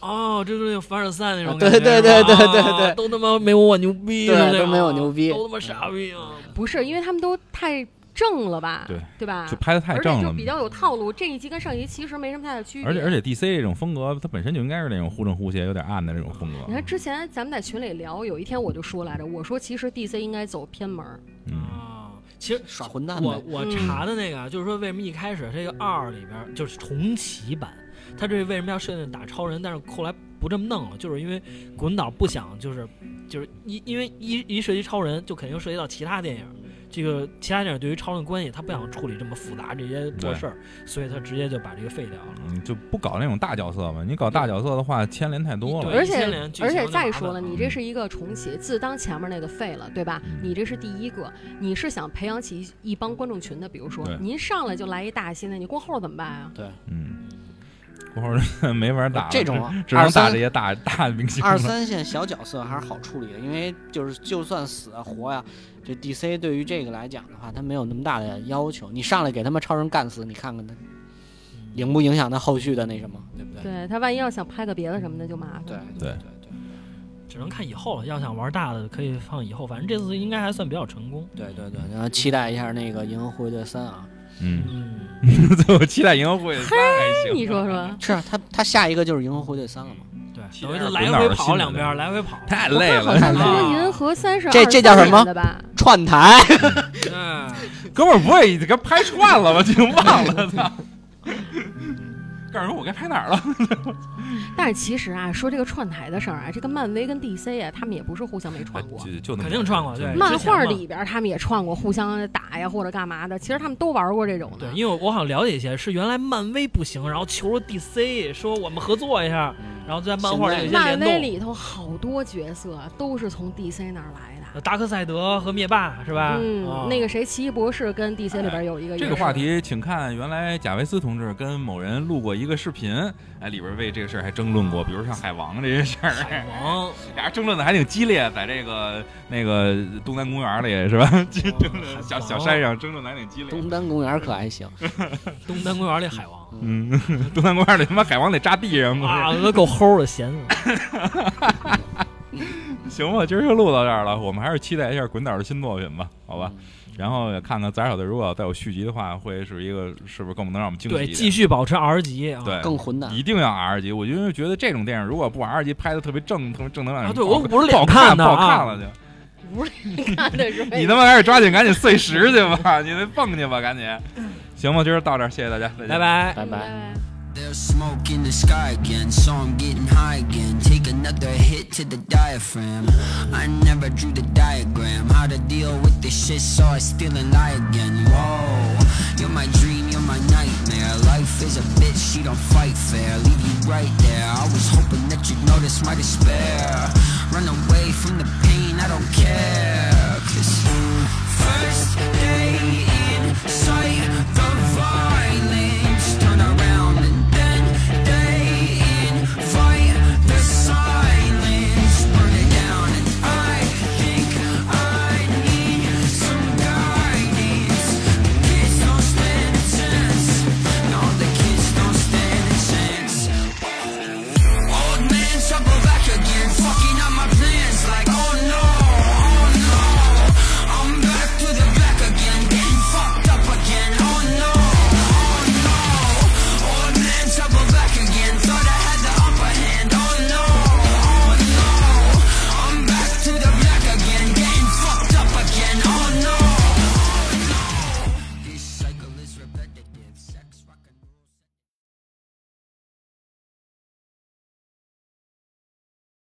Speaker 4: 哦，这就是凡尔赛那种
Speaker 3: 啊
Speaker 4: 感觉是吧，
Speaker 3: 对对对对对对
Speaker 4: 啊都他妈没有我牛逼，
Speaker 3: 对
Speaker 4: 是这
Speaker 3: 都
Speaker 4: 样
Speaker 3: 没我牛逼
Speaker 4: 都他妈傻逼啊！
Speaker 5: 不是因为他们都太正了吧？
Speaker 2: 对
Speaker 5: 吧？
Speaker 2: 就拍的太
Speaker 5: 而
Speaker 2: 正
Speaker 5: 且
Speaker 2: 了
Speaker 5: 就。比较有套路，这一集跟上一集其实没什么太大的区别。
Speaker 2: 而且而且，DC 这种风格，它本身就应该是那种忽正忽邪、有点暗的那种风格。
Speaker 5: 你看之前咱们在群里聊，有一天我就说来着，我说其实 DC 应该走偏门儿，
Speaker 2: 嗯，
Speaker 4: 啊，其实
Speaker 3: 耍混蛋
Speaker 4: 我
Speaker 3: 呗，
Speaker 4: 我
Speaker 5: 嗯
Speaker 4: 查的那个啊，就是说为什么一开始这个二里边儿就是重启版，他这为什么要设定打超人，但是后来不这么弄了，就是因为滚导不想就是就是一因为一一涉及超人，就肯定涉及到其他电影。这个其他电影对于超人的关系，他不想处理这么复杂这些破
Speaker 2: 对
Speaker 4: 事儿，所以他直接就把这个废掉了。
Speaker 2: 你就不搞那种大角色嘛。你搞大角色的话，牵连太多
Speaker 4: 对
Speaker 2: 了。
Speaker 5: 而
Speaker 4: 一
Speaker 5: 且
Speaker 4: 千年剧情
Speaker 5: 而且
Speaker 4: 就
Speaker 5: 再
Speaker 4: 麻
Speaker 5: 说
Speaker 4: 烦嗯
Speaker 5: 了，
Speaker 4: 了
Speaker 5: 你这是一个重启，自当前面那个废了，对吧
Speaker 2: 嗯？
Speaker 5: 你这是第一个，你是想培养起一一帮观众群的，比如说
Speaker 2: 对
Speaker 5: 您上来就来一大新的，你过后怎么办啊？
Speaker 3: 对，
Speaker 2: 嗯，过会儿 没法打了，
Speaker 3: 这种
Speaker 2: 只只能
Speaker 3: 二三
Speaker 2: 打这些大大明星了。
Speaker 3: 二三线小角色还是好处理的，因为就是就算死啊活呀、这 DC 对于这个来讲的话，他没有那么大的要求。你上来给他们超人干死，你看看他影不影响他后续的那什么，对不对？
Speaker 5: 对他万一要想拍个别的什么的就麻
Speaker 3: 对
Speaker 5: 烦。
Speaker 2: 对
Speaker 3: 对
Speaker 4: 只能看以后了。要想玩大的，可以放以后。反正这次应该还算比较成功。
Speaker 3: 对对对对，然后期待一下那个《银河护卫队三》啊，
Speaker 2: 嗯，
Speaker 4: 嗯，
Speaker 2: 我期待银河护卫三还
Speaker 4: 哎
Speaker 2: 行。
Speaker 5: 你说说，
Speaker 3: 是啊他他下一个就是《银河护卫队三》了嘛？
Speaker 4: 对，
Speaker 2: 期待
Speaker 4: 等于是
Speaker 2: 着
Speaker 4: 来
Speaker 2: 滚
Speaker 4: 回
Speaker 2: 脑儿
Speaker 4: 跑
Speaker 2: 新
Speaker 4: 两
Speaker 2: 的
Speaker 4: 边儿，来回跑。
Speaker 2: 太累了，
Speaker 5: 我看好像
Speaker 4: 啊
Speaker 5: 说银河三是
Speaker 3: 这这叫什么
Speaker 5: 23年的吧？
Speaker 3: 串台，
Speaker 4: 嗯，
Speaker 2: 哥们儿不会给拍串了吧？已经忘了，操！
Speaker 5: 嗯
Speaker 2: 告诉我我该拍哪儿了？
Speaker 5: 但是其实啊，说这个串台的事儿啊，这个漫威跟 DC 啊，他们也不是互相没 串
Speaker 4: 哎
Speaker 5: 过。
Speaker 2: 就就那么
Speaker 4: 肯定串过
Speaker 2: 嗯
Speaker 4: 对
Speaker 5: 漫画里边儿他们也串过，互相打呀或者干嘛的，其实他们都玩过这种的
Speaker 4: 对，。因为我好像了解一些，是原来漫威不行，然后求了 DC 说我们合作一下，然后在漫画里有一
Speaker 3: 现
Speaker 4: 些
Speaker 5: 漫
Speaker 4: 联
Speaker 5: 威
Speaker 4: 动。
Speaker 5: 里头好多角色都是从 DC 那儿来的。
Speaker 4: 呃达克赛德和灭霸是吧？啊
Speaker 5: 嗯，那个谁，奇异博士跟 DC 里边有一个也是
Speaker 2: 这个 话，题，请看原来贾维斯同志跟某人录过一个视频，哎，里边为这个事儿还争论过，比如像海王这些事儿，
Speaker 4: 海王，
Speaker 2: 俩人争论的还挺激烈，在这个那个东南公园里是吧？
Speaker 4: 哦
Speaker 2: 小
Speaker 4: 海
Speaker 2: 小
Speaker 4: 王
Speaker 2: 山上争论的还挺激烈。
Speaker 3: 东单公园可还行，
Speaker 4: 东单公园里海王
Speaker 2: 嗯，东南公园里他妈海王得扎地上，
Speaker 4: 啊，那够齁的，闲的。
Speaker 2: 行吧，今儿就录到这儿了。我们还是期待一下滚导的新作品吧，好
Speaker 4: 嗯
Speaker 2: 吧。然后也看看《杂耍小队》如果要再有续集的话，会是一个是不是更能让我们惊喜一
Speaker 4: 对，
Speaker 2: 点？
Speaker 4: 继续保持 R 级啊。
Speaker 2: 对，
Speaker 3: 更混蛋。
Speaker 2: 一定要 R 级。我就因为觉得这种电影如果不 R 级，拍的特别正，特别正能量
Speaker 4: 啊
Speaker 2: 人
Speaker 4: 对
Speaker 2: 不好
Speaker 4: 我不是
Speaker 2: 不好
Speaker 4: 脸
Speaker 2: 看不
Speaker 4: 看的
Speaker 2: 好
Speaker 4: 啊哎
Speaker 2: 看了就。
Speaker 5: 看的是
Speaker 2: 你他妈还是抓紧赶紧碎石去吧，你得蹦去吧，赶紧。行吧，今儿到这儿，谢谢大家，再见
Speaker 4: 拜。拜。
Speaker 3: 拜拜。
Speaker 5: 哎
Speaker 8: There's smoke in the sky again, so I'm getting high again. Take another hit to the diaphragm. I never drew the diagram. How to deal with this shit, so I steal and lie again. Whoa, you're my dream, you're my nightmare. Life is a bitch, she don't fight fair. Leave you right there. I was hoping that you'd notice my despair. Run away from the pain, I don't care. Cause first day oh